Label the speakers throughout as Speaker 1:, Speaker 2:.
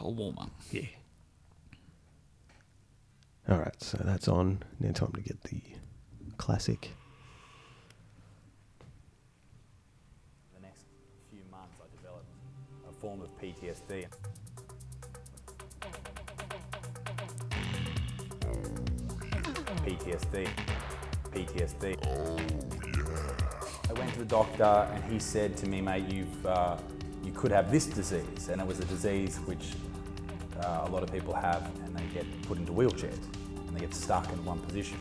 Speaker 1: or warmer.
Speaker 2: Yeah.
Speaker 3: All right, so that's on. Now time to get the classic.
Speaker 4: the next few months, I developed a form of PTSD. PTSD. PTSD. Oh, yeah. I went to the doctor and he said to me, mate, you've, uh, you could have this disease. And it was a disease which uh, a lot of people have and they get put into wheelchairs and they get stuck in one position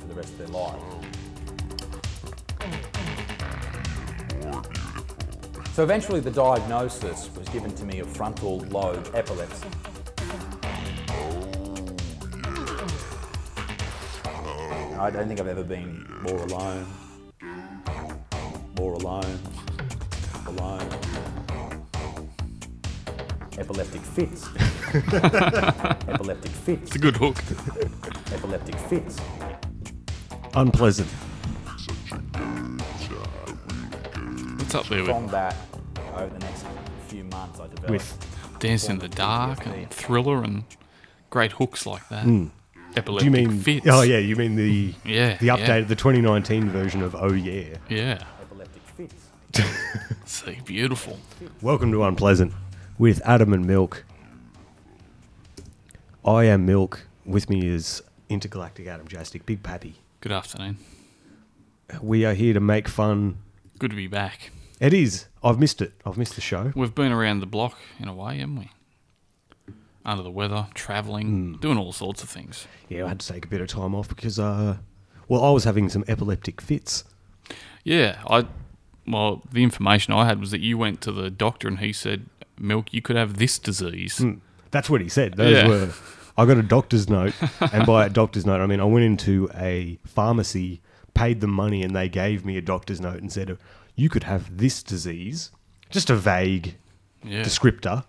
Speaker 4: for the rest of their life. So eventually the diagnosis was given to me of frontal lobe epilepsy. I don't think I've ever been more alone. More alone. Alone. Epileptic fits. Epileptic fits.
Speaker 1: Good hook.
Speaker 4: Epileptic fits.
Speaker 3: Unpleasant.
Speaker 1: What's up there
Speaker 4: From
Speaker 1: with
Speaker 4: that, over the next few months, I developed.
Speaker 3: With
Speaker 1: Dance in the Dark and Thriller and great hooks like that?
Speaker 3: Hmm. do
Speaker 1: Epileptic
Speaker 3: you mean?
Speaker 1: fits.
Speaker 3: Oh yeah, you mean the
Speaker 1: Yeah,
Speaker 3: the
Speaker 1: yeah.
Speaker 3: updated the 2019 version of Oh Yeah.
Speaker 1: Yeah.
Speaker 4: epileptic fits.
Speaker 1: See, beautiful.
Speaker 3: Welcome to Unpleasant with Adam and Milk. I am Milk. With me is intergalactic Adam Jastic, Big Pappy.
Speaker 1: Good afternoon.
Speaker 3: We are here to make fun.
Speaker 1: Good to be back.
Speaker 3: It is. I've missed it. I've missed the show.
Speaker 1: We've been around the block in a way, haven't we? Under the weather,
Speaker 3: Hmm.
Speaker 1: travelling, doing all sorts of things.
Speaker 3: Yeah, I had to take a bit of time off because, uh, well, I was having some epileptic fits.
Speaker 1: Yeah, I. Well, the information I had was that you went to the doctor and he said, "Milk, you could have this disease."
Speaker 3: Hmm. That's what he said. Those
Speaker 1: Yeah.
Speaker 3: were. I got a doctor's note, and by a doctor's note, I mean I went into a pharmacy, paid them money, and they gave me a doctor's note and said, "You could have this disease." Just a vague
Speaker 1: Yeah,
Speaker 3: descriptor.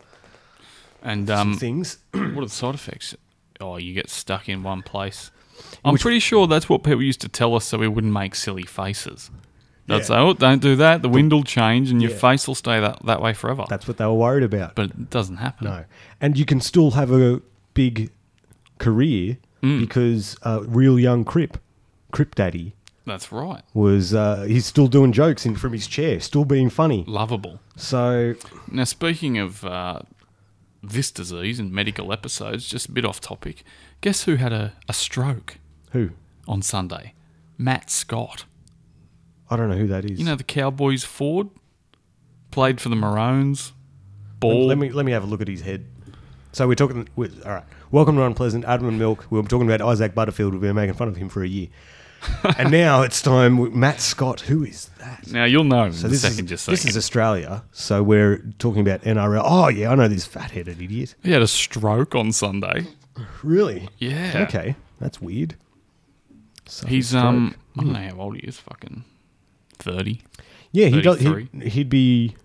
Speaker 1: and um,
Speaker 3: Things.
Speaker 1: what are the side effects? Oh, you get stuck in one place. I'm pretty sure that's what people used to tell us so we wouldn't make silly faces. That's
Speaker 3: Yeah.
Speaker 1: oh, don't do that. The wind will change and your
Speaker 3: Yeah.
Speaker 1: face will stay that, that way forever.
Speaker 3: That's what they were worried about.
Speaker 1: but it doesn't happen.
Speaker 3: No, and you can still have a big career
Speaker 1: Mm.
Speaker 3: because uh, real young Crip, Crip Daddy,
Speaker 1: That's right.
Speaker 3: was uh, he's still doing jokes in from his chair, still being funny.
Speaker 1: Lovable.
Speaker 3: So
Speaker 1: Now, speaking of uh, this disease and medical episodes, just a bit off topic, guess who had a, a stroke
Speaker 3: who?
Speaker 1: on Sunday? Matt Scott.
Speaker 3: I don't know who that is.
Speaker 1: You know, the Cowboys Ford played for the Maroons. Ball.
Speaker 3: Let me let me have a look at his head. So we're talking. we all right. Welcome to Unpleasant, Adam and Milk. We were talking about Isaac Butterfield. We've been making fun of him for a year, and now it's time. with Matt Scott. Who is that?
Speaker 1: now, you'll know in
Speaker 3: So
Speaker 1: a
Speaker 3: this
Speaker 1: second,
Speaker 3: is
Speaker 1: just
Speaker 3: this
Speaker 1: saying.
Speaker 3: is Australia. So we're talking about NRL. Oh yeah, I know this fat-headed idiot.
Speaker 1: he had a stroke on Sunday.
Speaker 3: Really?
Speaker 1: Yeah.
Speaker 3: Okay, that's weird. So
Speaker 1: He's,
Speaker 3: stroke. Hmm.
Speaker 1: um, I don't know how old he is, fucking 30.
Speaker 3: yeah he does he'd,
Speaker 1: 33.
Speaker 3: he'd be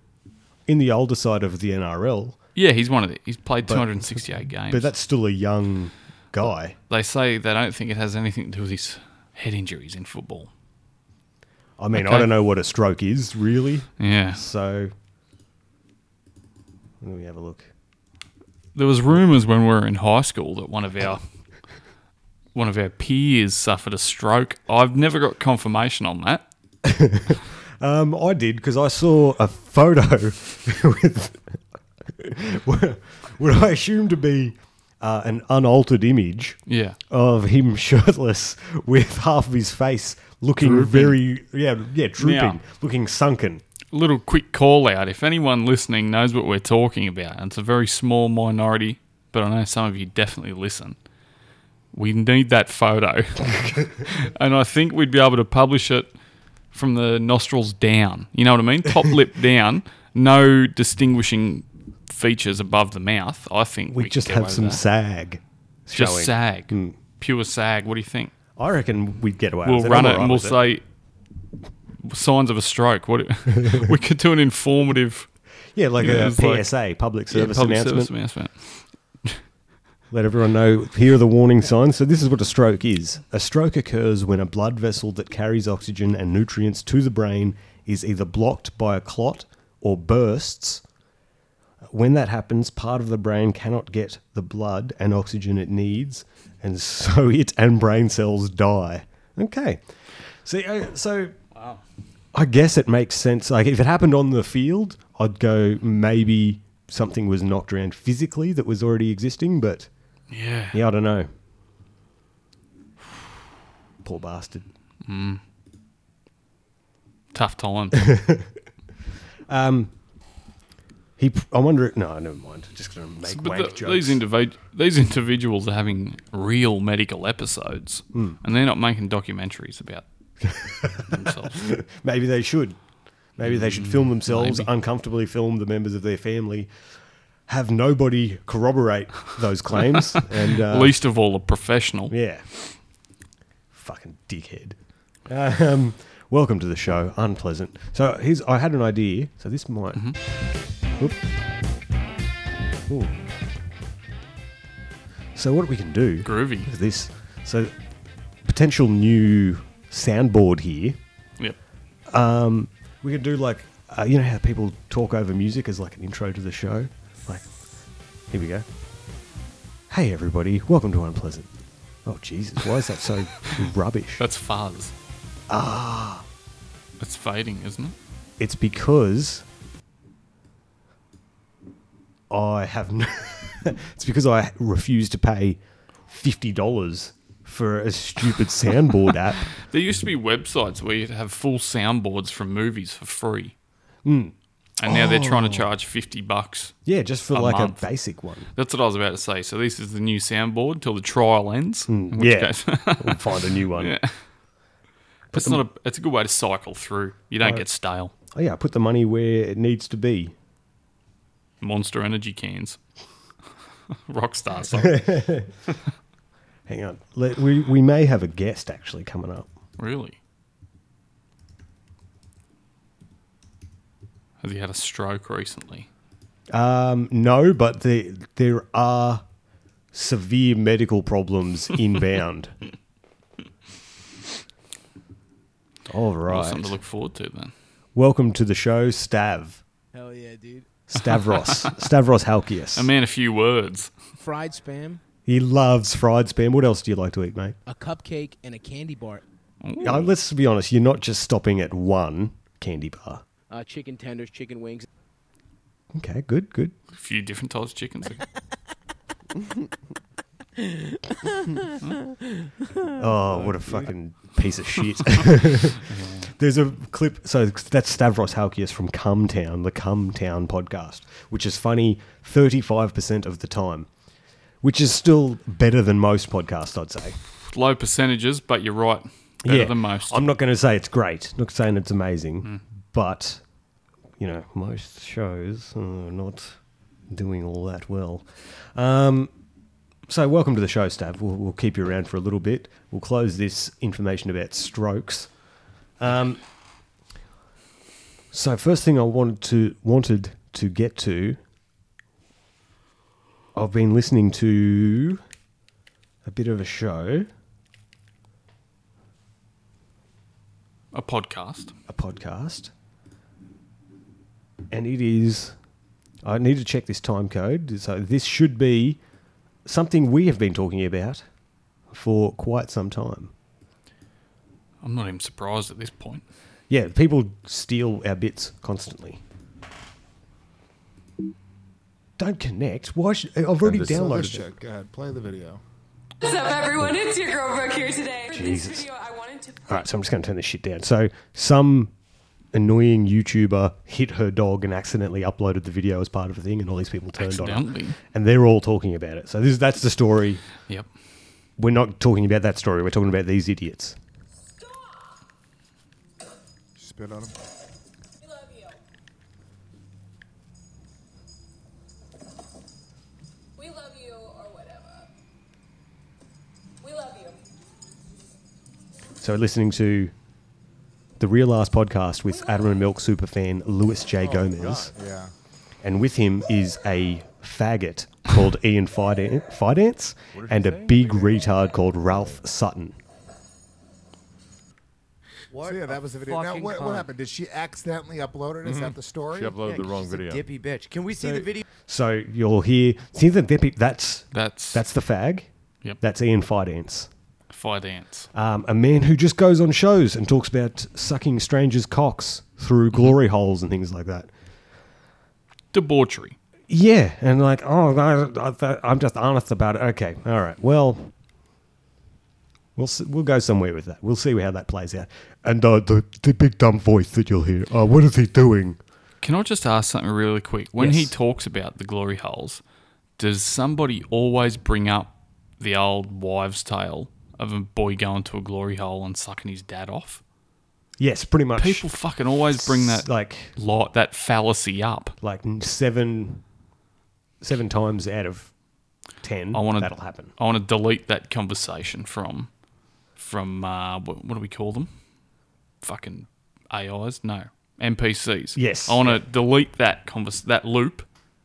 Speaker 3: in the older side of the NRL,
Speaker 1: Yeah, he's one of the, he's played 268 games.
Speaker 3: but that's still a young guy.
Speaker 1: they say they don't think it has anything to do with his head injuries in football.
Speaker 3: I mean, I
Speaker 1: Okay.
Speaker 3: don't know what a stroke is really.
Speaker 1: Yeah.
Speaker 3: So let me have a look.
Speaker 1: There was rumours when we were in high school that one of our one of our peers suffered a stroke. I've never got confirmation on that.
Speaker 3: Um, I did because I saw a photo with what- what I assume to be uh, an unaltered image
Speaker 1: Yeah.
Speaker 3: of him shirtless with half of his face looking very yeah yeah drooping,
Speaker 1: Now-
Speaker 3: looking sunken.
Speaker 1: Little quick call out. If anyone listening knows what we're talking about, and it's a very small minority, but I know some of you definitely listen. We need that photo. and I think we'd be able to publish it from the nostrils down. You know what I mean? Top lip down, no distinguishing features above the mouth. I think
Speaker 3: We
Speaker 1: could
Speaker 3: just
Speaker 1: get away
Speaker 3: have
Speaker 1: with
Speaker 3: some
Speaker 1: that.
Speaker 3: sag.
Speaker 1: Just
Speaker 3: showing.
Speaker 1: sag.
Speaker 3: Hmm.
Speaker 1: Pure sag. What do you think?
Speaker 3: I reckon we'd get away.
Speaker 1: We'll
Speaker 3: with it. I'm
Speaker 1: run it
Speaker 3: alright
Speaker 1: and we'll
Speaker 3: with
Speaker 1: say signs of a stroke. What we could do an informative
Speaker 3: yeah, like
Speaker 1: Yeah,
Speaker 3: a
Speaker 1: it's like-
Speaker 3: PSA, public
Speaker 1: yeah,
Speaker 3: service
Speaker 1: public
Speaker 3: announcement.
Speaker 1: service announcement.
Speaker 3: Let everyone know, here are the warning signs. So, this is what a stroke is. A stroke occurs when a blood vessel that carries oxygen and nutrients to the brain is either blocked by a clot or bursts, When that happens, part of the brain cannot get the blood and oxygen it needs, and so it and brain cells die. Okay. See, I- so I guess it makes sense. Like if it happened on the field, I'd go maybe something was knocked around physically that was already existing, but
Speaker 1: Yeah.
Speaker 3: yeah, I don't know. Poor bastard.
Speaker 1: Tough time.
Speaker 3: He. p- I wonder. No, never mind. Just gonna make
Speaker 1: but
Speaker 3: wank
Speaker 1: the-
Speaker 3: jokes.
Speaker 1: these, individ- these individuals are having real medical episodes
Speaker 3: Hmm.
Speaker 1: and they're not making documentaries about themselves.
Speaker 3: Maybe they should. Maybe they should film themselves,
Speaker 1: Mm, maybe.
Speaker 3: uncomfortably film the members of their family, have nobody corroborate those claims, and uh,
Speaker 1: Least of all a professional.
Speaker 3: yeah, fucking dickhead. Um, welcome to the show, unpleasant. So here's I had an idea. So this might. Whoop. Ooh. So what we can do?
Speaker 1: Groovy.
Speaker 3: Look at this. So potential new soundboard here.
Speaker 1: Yep.
Speaker 3: We could do like, uh, you know how people talk over music as like an intro to the show? Like, here we go. Hey everybody, welcome to Unpleasant. Oh Jesus, why is that so rubbish?
Speaker 1: That's fuzz. Ah. It's fading, isn't it?
Speaker 3: It's because I have no. it's because I refuse to pay fifty dollars for a stupid soundboard app.
Speaker 1: There used to be websites where you'd have full soundboards from movies for free.
Speaker 3: Hmm.
Speaker 1: And now they're
Speaker 3: Oh.
Speaker 1: trying to charge 50 bucks.
Speaker 3: Yeah, just for
Speaker 1: A
Speaker 3: like
Speaker 1: month.
Speaker 3: a basic one.
Speaker 1: That's what I was about to say. So this is the new soundboard till the trial ends. in which
Speaker 3: Hmm. Yeah,
Speaker 1: case-
Speaker 3: we'll find a new one.
Speaker 1: yeah. It's not a. It's a good way to cycle through. You don't get stale.
Speaker 3: Oh yeah, put the money where it needs to be.
Speaker 1: Monster energy cans. Rockstar song.
Speaker 3: Hang on. Let, we, we may have a guest actually coming up.
Speaker 1: really? Has he had a stroke recently?
Speaker 3: Um, no, but the, there are severe medical problems inbound. All
Speaker 1: Well,
Speaker 3: right.
Speaker 1: Something to look forward to then.
Speaker 3: Welcome to the show, Stav.
Speaker 2: Hell yeah, dude.
Speaker 3: Stavros. Stavros
Speaker 1: A
Speaker 3: Halkias.
Speaker 1: man, a few words.
Speaker 2: Fried spam,
Speaker 3: He loves fried spam. What else do you like to eat, mate?
Speaker 2: a cupcake, and a candy bar.
Speaker 3: Uh, let's be honest, you're not just stopping at one candy bar.
Speaker 2: Uh, chicken tenders, chicken wings.
Speaker 3: Okay, good, good.
Speaker 1: A few different types of chickens.
Speaker 3: Oh, what a fucking piece of shit. There's a clip. So that's Stavros Halkias from Cum Town, the Cum Town podcast, which is funny 35% of the time, which is still better than most podcasts, I'd say.
Speaker 1: Low percentages, but you're right. Better than most.
Speaker 3: I'm not going to say it's great, not saying it's amazing, but, you know, most shows are not doing all that well. Um, so, welcome to the show, Stav. We'll, we'll keep you around for a little bit. We'll close this information about strokes. Um, so, first thing I wanted to wanted to get to, I've been listening to a bit of a show,
Speaker 1: a podcast.
Speaker 3: a podcast, and it is. I need to check this time code. So this should be something we have been talking about for quite some time.
Speaker 1: I'm not even surprised at this point.
Speaker 3: Yeah, people steal our bits constantly. Don't connect. Why should I've already
Speaker 5: Understood. Let's
Speaker 3: downloaded it.
Speaker 5: check. Go ahead, play the video.
Speaker 6: What's up, everyone? It's your girl Brooke here today. For
Speaker 3: Jesus. Uh.
Speaker 6: this video, I wanted to.
Speaker 3: All right, so I'm just going to turn this shit down. So some annoying YouTuber hit her dog and accidentally uploaded the video as part of a thing, and all these people turned on it.
Speaker 1: Accidentally.
Speaker 3: and they're all talking about it. So this that's the story.
Speaker 1: Yep.
Speaker 3: We're not talking about that story. We're talking about these idiots.
Speaker 5: Spit on him.
Speaker 6: We love you, or whatever. We love you.
Speaker 3: So we're listening to the Real Ass podcast with Adam and Milk superfan Louis J Gomez,
Speaker 5: Yeah.
Speaker 3: and with him is a faggot called Ian Fidan- Fidance and a big retard called Ralph Sutton.
Speaker 7: What?
Speaker 5: so yeah,
Speaker 7: a
Speaker 5: that was the video. Now,
Speaker 7: fucking
Speaker 5: what, what
Speaker 7: cunt.
Speaker 5: happened? Did she accidentally upload it? Is that the story?
Speaker 8: Mm-hmm. She uploaded
Speaker 7: Yeah,
Speaker 8: the wrong
Speaker 7: she's a
Speaker 8: video.
Speaker 7: dippy bitch. Can we see the video?
Speaker 3: So you'll hear see the dippy. That's
Speaker 1: That's
Speaker 3: that's the fag.
Speaker 1: Yep.
Speaker 3: That's Ian Fidance,
Speaker 1: fire dance.
Speaker 3: um, a man who just goes on shows and talks about sucking strangers' cocks through glory holes and things like that.
Speaker 1: Debauchery.
Speaker 3: Yeah, and like, oh, I, I, th- I'm just honest about it. Okay, all right. Well, we'll s we'll go somewhere with that. We'll see how that plays out. And uh, the the big dumb voice that you'll hear. Uh, what is he doing?
Speaker 1: Can I just ask something really quick? When he
Speaker 3: Yes.
Speaker 1: talks about the glory holes, does somebody always bring up the old wives' tale of a boy going to a glory hole and sucking his dad off?
Speaker 3: Yes, pretty much.
Speaker 1: People fucking always bring that
Speaker 3: like
Speaker 1: lot that fallacy up.
Speaker 3: like seven seven times out of ten.
Speaker 1: I want to
Speaker 3: that'll happen.
Speaker 1: I want to delete that conversation from from uh, what, what do we call them? Fucking AIs? No, NPCs.
Speaker 3: Yes.
Speaker 1: I want to delete that convers that loop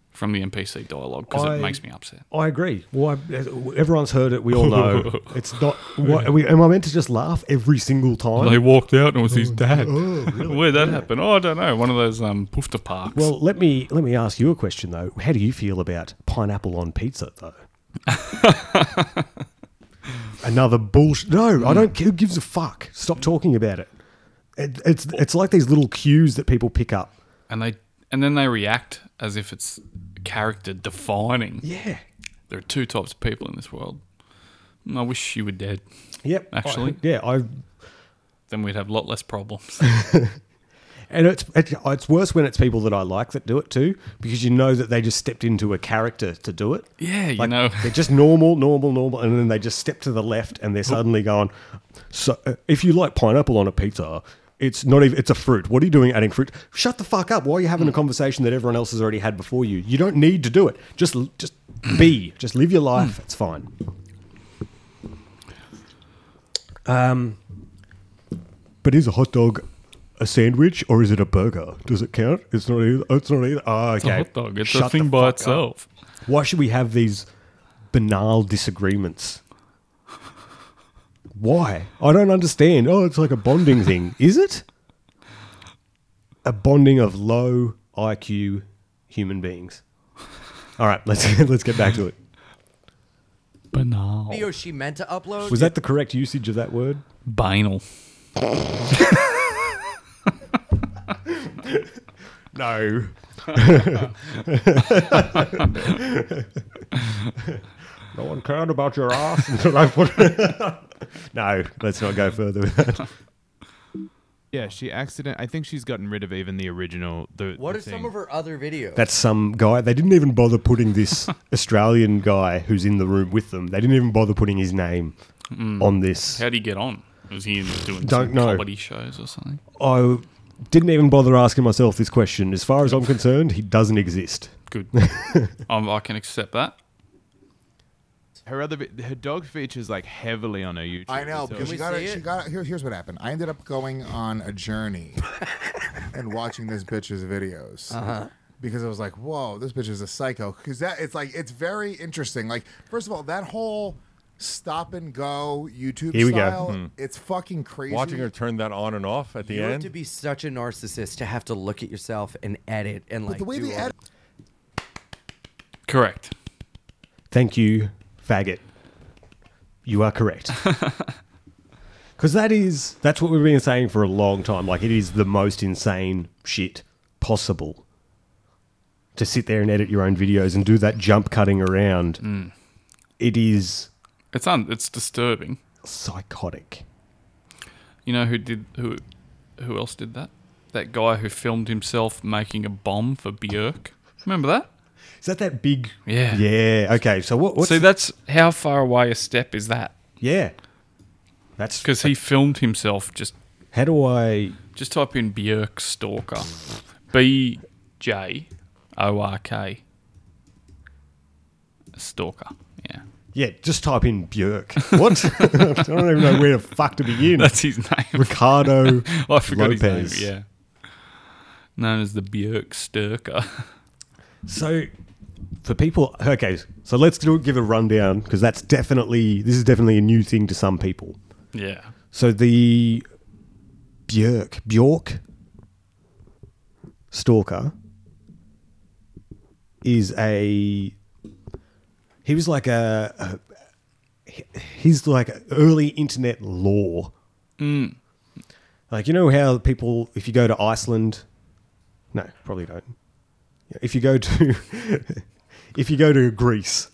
Speaker 1: from the NPC dialogue because
Speaker 3: I-
Speaker 1: it makes me upset.
Speaker 3: I agree. Well, I, everyone's heard it. We all know it's not. What, are we, am I meant to just laugh every single time?
Speaker 1: They walked out and it was
Speaker 3: Oh,
Speaker 1: his dad. Where'd that happen? Oh, I don't know. One of those um, poofta parks.
Speaker 3: Well, let me let me ask you a question though. How do you feel about pineapple on pizza though? Another bullshit. No, I don't. Who gives a fuck? Stop talking about it. it. It's it's like these little cues that people pick up.
Speaker 1: and they and then they react as if it's character defining.
Speaker 3: Yeah.
Speaker 1: There are two types of people in this world. And I wish you were dead.
Speaker 3: Yep.
Speaker 1: Actually.
Speaker 3: I- yeah. I
Speaker 1: Then we'd have a lot less problems.
Speaker 3: and it's it, it's worse when it's people that I like that do it too because you know that they just stepped into a character to do it.
Speaker 1: Yeah, you
Speaker 3: Like,
Speaker 1: know.
Speaker 3: they're just normal, normal, normal, and then they just step to the left, and they're suddenly going. So, uh, if you like pineapple on a pizza, it's not even. It's a fruit. What are you doing adding fruit? Shut the fuck up! Why are you
Speaker 1: Hmm.
Speaker 3: having a conversation that everyone else has already had before you? You don't need to do it. Just, l- just
Speaker 1: Hmm.
Speaker 3: be. Just live your life. It's fine.
Speaker 1: Um,
Speaker 3: Um, but is a hot dog a sandwich or is it a burger? Does it count? It's not either. It's not either. Ah,
Speaker 1: It's a
Speaker 3: okay.
Speaker 1: hot dog. It's a
Speaker 3: Shut the
Speaker 1: thing by
Speaker 3: fuck up.
Speaker 1: itself.
Speaker 3: Why should we have these banal disagreements? Why? I don't understand. Oh, it's like a bonding thing. Is it? A bonding of low IQ human beings. All right, let's let's get back to it.
Speaker 1: Banal.
Speaker 2: Oh.
Speaker 7: Video she meant to upload.
Speaker 3: Was that the correct usage of that word?
Speaker 1: Banal.
Speaker 3: No. no one cared about your ass until I put No, let's not go further with that.
Speaker 8: Yeah, she accident. I think she's gotten rid of even the original. The
Speaker 7: What
Speaker 8: the
Speaker 7: are some
Speaker 8: thing.
Speaker 7: of her other videos?
Speaker 3: That's some guy. They didn't even bother putting this Australian guy who's in the room with them. They didn't even bother putting his name on this.
Speaker 1: How would he get on? Was he in doing
Speaker 3: Don't
Speaker 1: some
Speaker 3: know.
Speaker 1: comedy shows or something?
Speaker 3: I didn't even bother asking myself this question. As far as I'm concerned, he doesn't exist.
Speaker 1: Good. um, I can accept that.
Speaker 8: her other vi- her dog features like heavily on her YouTube.
Speaker 5: I know
Speaker 8: so
Speaker 5: because
Speaker 7: we
Speaker 5: she got
Speaker 7: see
Speaker 5: it. She
Speaker 7: it?
Speaker 5: got here. Here's what happened. I ended up going on a journey and watching this bitch's videos
Speaker 7: Uh-huh.
Speaker 5: because I was like, "Whoa, this bitch is a psycho." Because that it's like it's very interesting. Like, first of all, that whole stop and go YouTube
Speaker 3: Here we go.
Speaker 5: style, it's fucking crazy.
Speaker 8: Hmm. watching her turn that on and off at the
Speaker 7: you have
Speaker 8: end.
Speaker 7: to be such a narcissist to have to look at yourself and edit and like
Speaker 5: the way
Speaker 7: do
Speaker 5: they
Speaker 7: all-
Speaker 5: edit.
Speaker 1: Correct.
Speaker 3: Thank you, faggot. You are correct. Because that is that's what we've been saying for a long time. Like it is the most insane shit possible to sit there and edit your own videos and do that jump cutting around. It is
Speaker 1: It's un- it's disturbing.
Speaker 3: psychotic.
Speaker 1: You know who did who who else did that? That guy who filmed himself making a bomb for Björk. Remember that?
Speaker 3: Is that that big?
Speaker 1: Yeah.
Speaker 3: Yeah. Okay. So what? What's
Speaker 1: See, that's how far away a step is that?
Speaker 3: yeah. That's
Speaker 1: Because he filmed himself. Just
Speaker 3: how do I?
Speaker 1: just type in Björk stalker. B J O R K. Stalker. Yeah.
Speaker 3: Yeah. Just type in Björk. What? I don't even know where the fuck to begin.
Speaker 1: That's his name.
Speaker 3: Ricardo.
Speaker 1: I forgot
Speaker 3: Lopez.
Speaker 1: his name. Yeah. Known as the Björk Stalker.
Speaker 3: So, for people, okay, so let's do, give a rundown because that's definitely this is definitely a new thing to some people.
Speaker 1: yeah.
Speaker 3: So the Bjork Bjork Stalker is a he was like a, a he- he's like early internet law. Like you know how people if you go to Iceland, no, probably don't. If you go to if you go to Greece,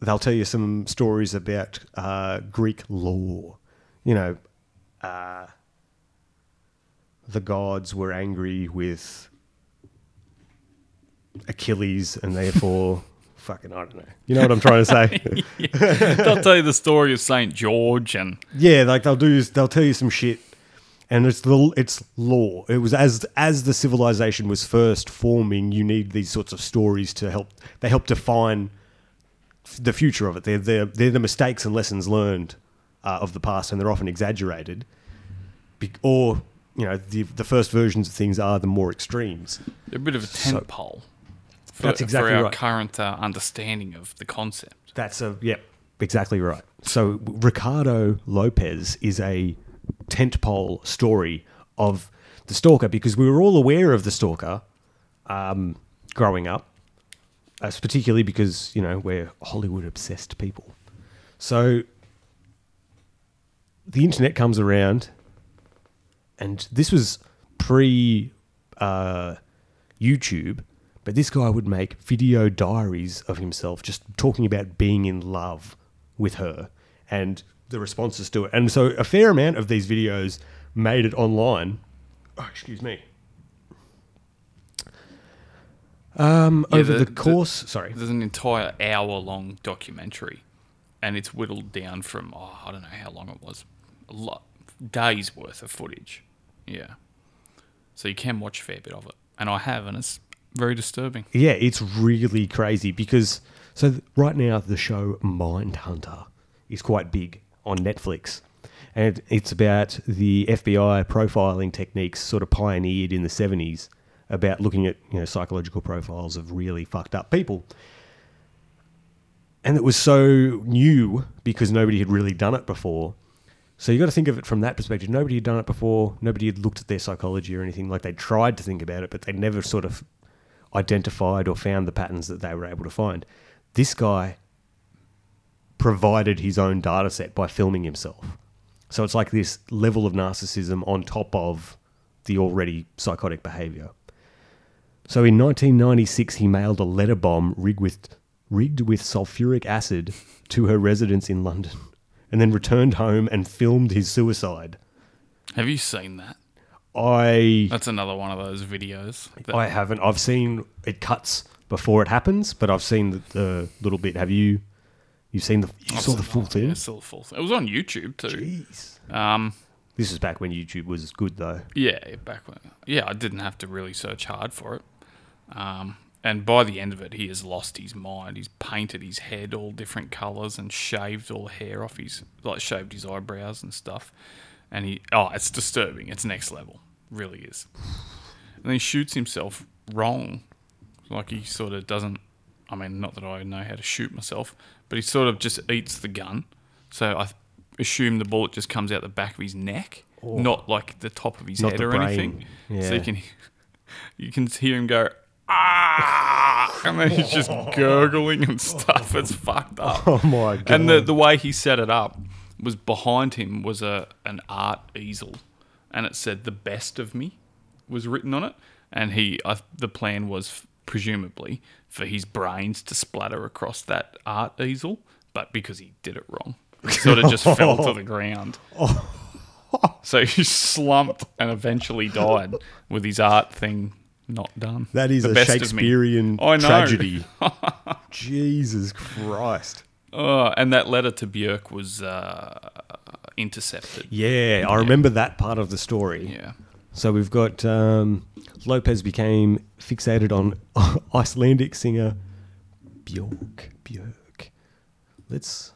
Speaker 3: they'll tell you some stories about uh, Greek law. You know, uh, the gods were angry with Achilles, and therefore, fucking, I don't know. You know what I'm trying to say?
Speaker 1: They'll tell you the story of St. George and
Speaker 3: yeah, like they'll do, they'll tell you some shit, and it's the it's law. It was as as the civilization was first forming, you need these sorts of stories to help. They help define the future of it. They're, they're, they're the mistakes and lessons learned uh, of the past, and they're often exaggerated. Be- or, you know, the, the first versions of things are the more extremes.
Speaker 1: they're a bit of a tent pole for,
Speaker 3: That's exactly
Speaker 1: for our
Speaker 3: right.
Speaker 1: current uh, understanding of the concept.
Speaker 3: That's a, yep, exactly right. So, Ricardo Lopez is a tentpole story of the stalker because we were all aware of the stalker um, growing up, uh, particularly because, you know, we're Hollywood obsessed people. So, the internet comes around, and this was pre uh, YouTube, but this guy would make video diaries of himself just talking about being in love with her and the responses to it. And so, a fair amount of these videos made it online. Oh, excuse me. Um,
Speaker 1: Yeah,
Speaker 3: over
Speaker 1: the-
Speaker 3: the,
Speaker 1: the-
Speaker 3: course, sorry,
Speaker 1: There's an entire hour long documentary and it's whittled down from, oh, I don't know how long it was, a lot, days worth of footage. Yeah. So you can watch a fair bit of it. And I have, and it's very disturbing.
Speaker 3: Yeah, it's really crazy because so th- right now the show Mindhunter is quite big on Netflix. And it's about the FBI profiling techniques sort of pioneered in the 70s about looking at, you know, psychological profiles of really fucked up people. And it was so new because nobody had really done it before. So you got to think of it from that perspective. Nobody had done it before. Nobody had looked at their psychology or anything. Like they tried to think about it, but they never sort of identified or found the patterns that they were able to find. This guy provided his own data set by filming himself. So it's like this level of narcissism on top of the already psychotic behavior. So in 1996, he mailed a letter bomb rigged with, rigged with sulfuric acid to her residence in London and then returned home and filmed his suicide.
Speaker 1: Have you seen that?
Speaker 3: I
Speaker 1: That's another one of those videos. That,
Speaker 3: I haven't. I've seen it cuts before it happens, but I've seen the, the little bit. Have you? You've seen the you saw the full
Speaker 1: yeah,
Speaker 3: thing.
Speaker 1: it's still full. It was on YouTube too.
Speaker 3: Jeez.
Speaker 1: Um,
Speaker 3: This is back when YouTube was good, though.
Speaker 1: Yeah, back when. Yeah, I didn't have to really search hard for it. Um, and by the end of it, he has lost his mind. He's painted his head all different colours and shaved all the hair off his, like shaved his eyebrows and stuff. And he, oh, it's disturbing. It's next level, really is. And then he shoots himself wrong, like he sort of doesn't. I mean, not that I know how to shoot myself, but he sort of just eats the gun. So I assume the bullet just comes out the back of his neck, not like the top of his
Speaker 3: Oh. Not
Speaker 1: head
Speaker 3: the
Speaker 1: or anything.
Speaker 3: brain.
Speaker 1: So you
Speaker 3: Yeah.
Speaker 1: can you can hear him go ah, and then he's just gurgling and stuff. It's fucked up.
Speaker 3: Oh my god!
Speaker 1: And the, the way he set it up was behind him was a an art easel, and it said "the best of me" was written on it. And he, I, the plan was presumably for his brains to splatter across that art easel, but because he did it wrong, it sort of just fell to the ground. So he slumped and eventually died with his art thing not done.
Speaker 3: that is
Speaker 1: The
Speaker 3: a
Speaker 1: best of me.
Speaker 3: Shakespearean
Speaker 1: I know.
Speaker 3: tragedy. Jesus Christ!
Speaker 1: Oh, and that letter to Björk was uh, intercepted.
Speaker 3: Yeah, I remember that part of the story.
Speaker 1: Yeah.
Speaker 3: So we've got um, Lopez became fixated on Icelandic singer Björk. Björk. Let's.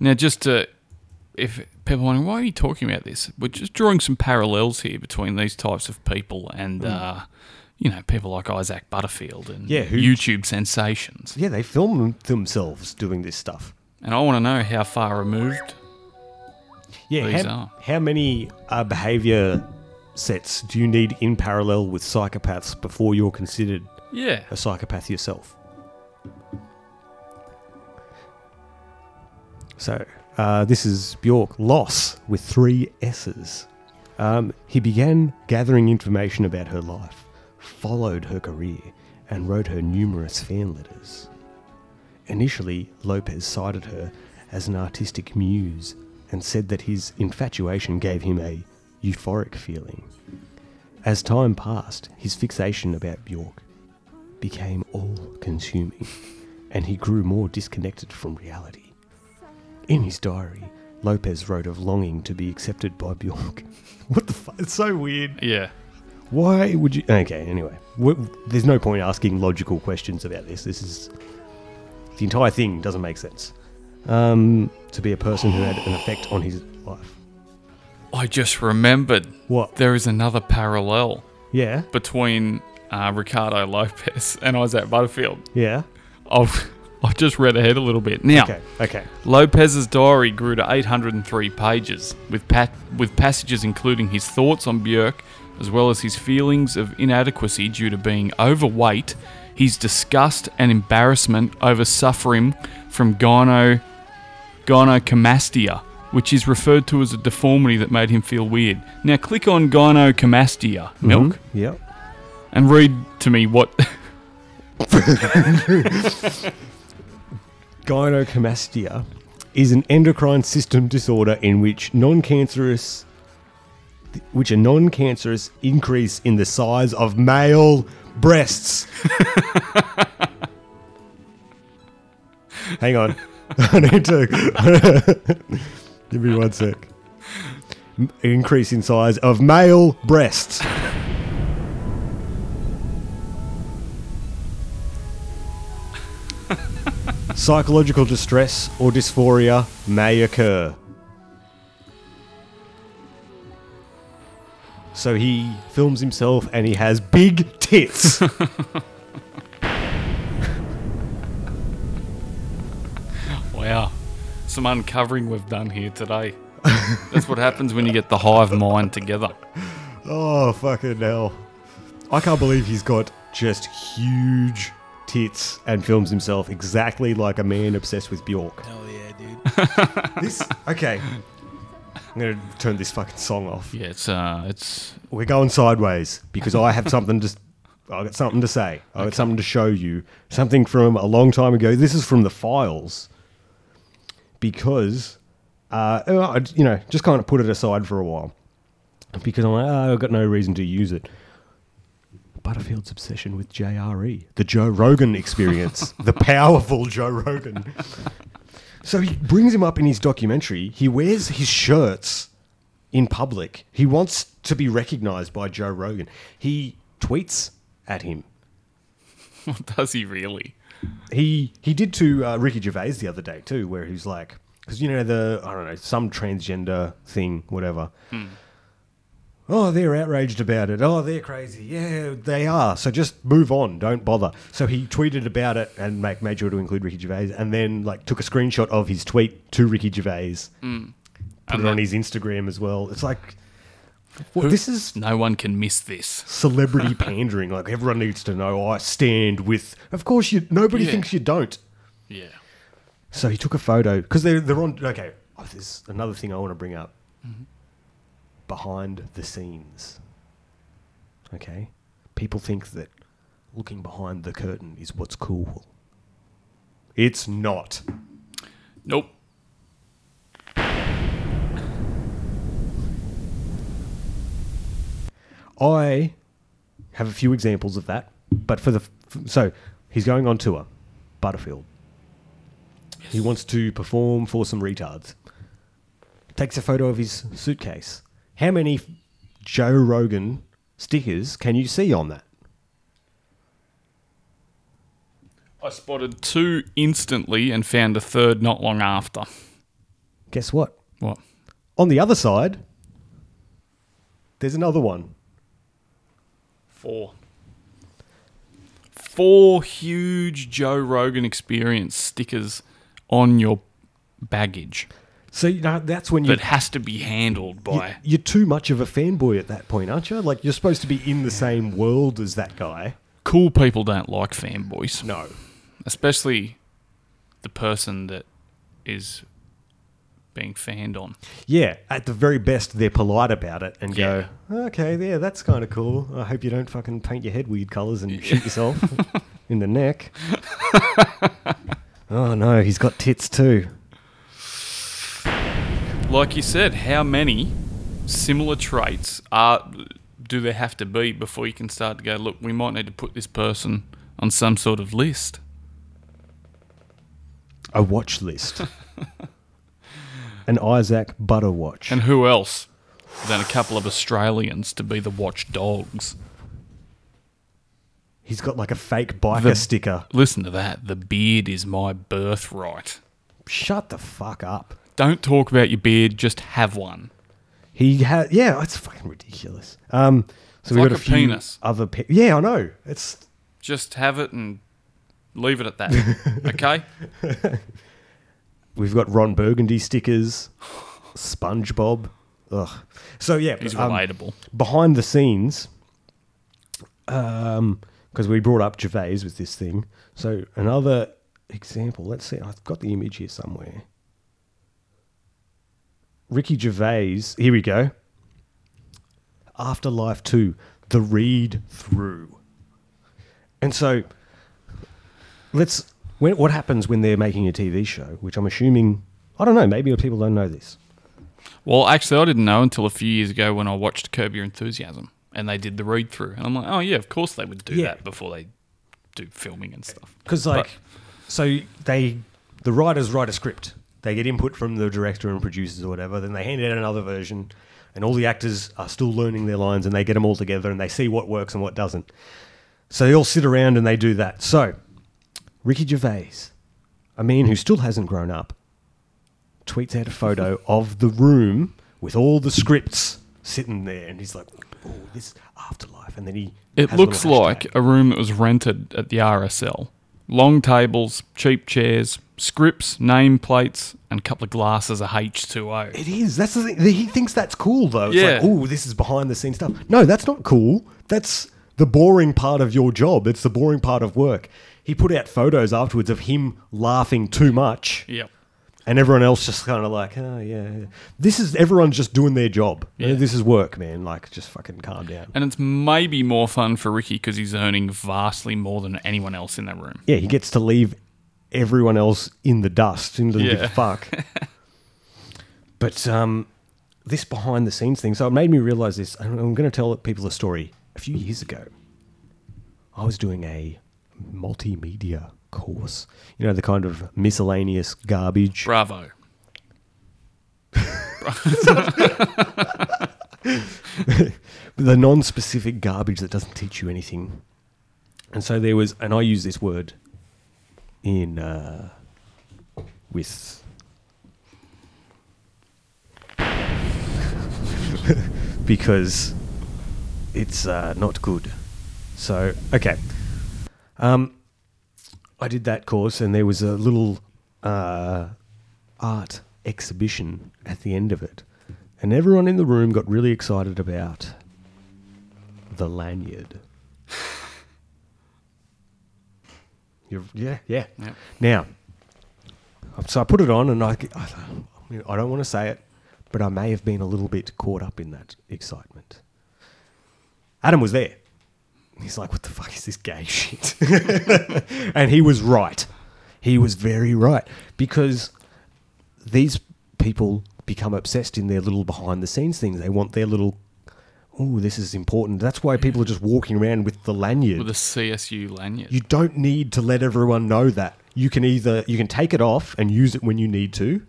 Speaker 1: Now, just to, if people are wondering, why are you talking about this? We're just drawing some parallels here between these types of people and, uh, you know, people like Isaac Butterfield and
Speaker 3: Hmm. Yeah, who-
Speaker 1: YouTube sensations.
Speaker 3: Yeah, they film themselves doing this stuff.
Speaker 1: And I want to know how far removed
Speaker 3: Yeah,
Speaker 1: These
Speaker 3: how,
Speaker 1: are.
Speaker 3: how many uh, behavior sets do you need in parallel with psychopaths before you're considered
Speaker 1: Yeah.
Speaker 3: a psychopath yourself? So, uh, this is Bjork Loss with three S's. Um, he began gathering information about her life, followed her career, and wrote her numerous fan letters. Initially, Lopez cited her as an artistic muse and said that his infatuation gave him a euphoric feeling. As time passed, his fixation about Bjork became all consuming, and he grew more disconnected from reality. In his diary, Lopez wrote of longing to be accepted by Bjork. What the fuck? It's so weird.
Speaker 1: Yeah.
Speaker 3: Why would you? Okay, anyway. W- There's no point asking logical questions about this. This is. The entire thing doesn't make sense. Um, to be a person who had an effect on his life.
Speaker 1: I just remembered
Speaker 3: What?
Speaker 1: there is another parallel
Speaker 3: Yeah,
Speaker 1: between uh, Ricardo Lopez and Isaac Butterfield.
Speaker 3: yeah.
Speaker 1: I've I've just read ahead a little bit. Now,
Speaker 3: Okay, okay.
Speaker 1: Lopez's diary grew to 803 pages, with pat- with passages including his thoughts on Björk, as well as his feelings of inadequacy due to being overweight, his disgust and embarrassment over suffering from gyno gynecomastia, which is referred to as a deformity that made him feel weird. Now, click on gynecomastia, milk,
Speaker 3: Yep.
Speaker 1: and read to me what.
Speaker 3: Gynecomastia is an endocrine system disorder in which non-cancerous which a non-cancerous increase in the size of male breasts. Hang on. I need to Give me one sec. M- Increase in size of male breasts. Psychological distress or dysphoria may occur. So he films himself and he has big tits.
Speaker 1: Wow. Some uncovering we've done here today. That's what happens when you get the hive mind together.
Speaker 3: oh, fucking hell. I can't believe he's got just huge tits and films himself exactly like a man obsessed with Bjork.
Speaker 2: Hell yeah, dude.
Speaker 3: This, okay. I'm going to turn this fucking song off.
Speaker 1: Yeah, it's uh it's
Speaker 3: we're going sideways because I have something to. I got something to say. I got something to show you. Something from a long time ago. This is from the files. Because, uh, I- you know, just kind of put it aside for a while because I'm like, oh, I've got no reason to use it. Butterfield's obsession with JRE, the Joe Rogan experience, the powerful Joe Rogan. So he brings him up in his documentary. He wears his shirts in public. He wants to be recognized by Joe Rogan. He tweets at him.
Speaker 1: does he really?
Speaker 3: He he did to uh, Ricky Gervais the other day too, where he's like, because you know the I don't know some transgender thing, whatever. Oh, they're outraged about it. Oh, they're crazy. Yeah, they are. So just move on. Don't bother. So he tweeted about it and make, made sure to include Ricky Gervais, and then like took a screenshot of his tweet to Ricky Gervais, put it on his Instagram as well. It's like, well, this is
Speaker 1: No one can miss this.
Speaker 3: celebrity pandering. Like everyone needs to know. "Oh, I stand with. Of course, you. Nobody
Speaker 1: Yeah.
Speaker 3: thinks you don't.
Speaker 1: Yeah.
Speaker 3: So he took a photo because they're they're on. Okay, oh, there's another thing I want to bring up. Behind the scenes. Okay, people think that looking behind the curtain is what's cool. It's not.
Speaker 1: Nope.
Speaker 3: I have a few examples of that, but for the f- so he's going on tour, Butterfield. He wants to perform for some retards. Takes a photo of his suitcase. How many f- Joe Rogan stickers can you see on that?
Speaker 1: I spotted two instantly and found a third not long after.
Speaker 3: Guess what?
Speaker 1: What?
Speaker 3: On the other side, there's another one.
Speaker 1: Four. Four huge Joe Rogan experience stickers on your baggage.
Speaker 3: So you know that's when you
Speaker 1: that has to be handled by.
Speaker 3: You're too much of a fanboy at that point, aren't you? Like you're supposed to be in the same world as that guy.
Speaker 1: Cool people don't like fanboys.
Speaker 3: No.
Speaker 1: Especially the person that is being fanned on.
Speaker 3: Yeah, at the very best, they're polite about it and
Speaker 1: Yeah.
Speaker 3: go, "Okay, yeah, that's kind of cool. I hope you don't fucking paint your head weird colors and shoot yourself in the neck." oh no, he's got tits too.
Speaker 1: Like you said, how many similar traits are do there have to be before you can start to go, look, we might need to put this person on some sort of list?
Speaker 3: A watch list. An Isaac Butter watch.
Speaker 1: And who else than a couple of Australians to be the watchdogs?
Speaker 3: He's got like a fake biker sticker.
Speaker 1: Listen to that. The beard is my birthright.
Speaker 3: Shut the fuck up.
Speaker 1: Don't talk about your beard, just have one.
Speaker 3: He had yeah, it's fucking ridiculous. Um, so we
Speaker 1: like
Speaker 3: got a,
Speaker 1: a
Speaker 3: few
Speaker 1: penis.
Speaker 3: other pe- yeah, I know. It's
Speaker 1: Just have it and leave it at that. Okay?
Speaker 3: We've got Ron Burgundy stickers, SpongeBob. Ugh. So yeah,
Speaker 1: He's
Speaker 3: um,
Speaker 1: relatable.
Speaker 3: behind the scenes, because we brought up Gervais with this thing. So another example. Let's see. I've got the image here somewhere. Ricky Gervais. Here we go. Afterlife Two: The Read Through. And so, let's. When, what happens when they're making a TV show? Which I'm assuming. I don't know. Maybe people don't know this.
Speaker 1: Well, actually, I didn't know until a few years ago when I watched Curb Your Enthusiasm and they did the read through. And I'm like, oh, yeah, of course they would do
Speaker 3: Yeah.
Speaker 1: that before they do filming and stuff.
Speaker 3: because
Speaker 1: But-
Speaker 3: like so they the writers write a script they get input from the director and producers or whatever then they hand out another version and all the actors are still learning their lines and they get them all together and they see what works and what doesn't so they all sit around and they do that so ricky gervais a man who still hasn't grown up tweets out a photo of the room with all the scripts sitting there and he's like oh this afterlife and then he
Speaker 1: It
Speaker 3: has a little
Speaker 1: looks
Speaker 3: hashtag.
Speaker 1: like a room that was rented at the RSL. Long tables, cheap chairs, scripts, nameplates, and a couple of glasses of H2O.
Speaker 3: It is. That's the thing. He thinks that's cool, though. It's like,
Speaker 1: Yeah.
Speaker 3: oh, this is behind the scenes stuff. No, that's not cool. That's the boring part of your job. It's the boring part of work. He put out photos afterwards of him laughing too much,
Speaker 1: Yep.
Speaker 3: and everyone else just kind of like, oh, yeah. yeah." This is everyone's just doing their job.
Speaker 1: Yeah.
Speaker 3: This is work, man. Like, just fucking calm down.
Speaker 1: And it's maybe more fun for Ricky because he's earning vastly more than anyone else in that room.
Speaker 3: Yeah, he gets to leave everyone else in the dust. He doesn't give
Speaker 1: Yeah.
Speaker 3: a fuck. but um, this behind the scenes thing, so it made me realize this. and I'm going to tell people a story. A few years ago, I was doing a multimedia course. You know, the kind of miscellaneous garbage.
Speaker 1: Bravo.
Speaker 3: the non-specific garbage that doesn't teach you anything. And so there was, and I use this word in uh, with. because it's uh, not good. So okay, um, I did that course, and there was a little uh, art exhibition at the end of it, and everyone in the room got really excited about the lanyard. You're, yeah, yeah.
Speaker 1: Yep.
Speaker 3: Now, so I put it on, and I, I, I don't want to say it, but I may have been a little bit caught up in that excitement. Adam was there. He's like, "What the fuck is this gay shit?" and he was right. He was very right because these people become obsessed in their little behind the scenes things. They want their little, oh, this is important. That's why people are just walking around with the lanyard.
Speaker 1: With a CSU lanyard.
Speaker 3: You don't need to let everyone know that. You can either you can take it off and use it when you need to,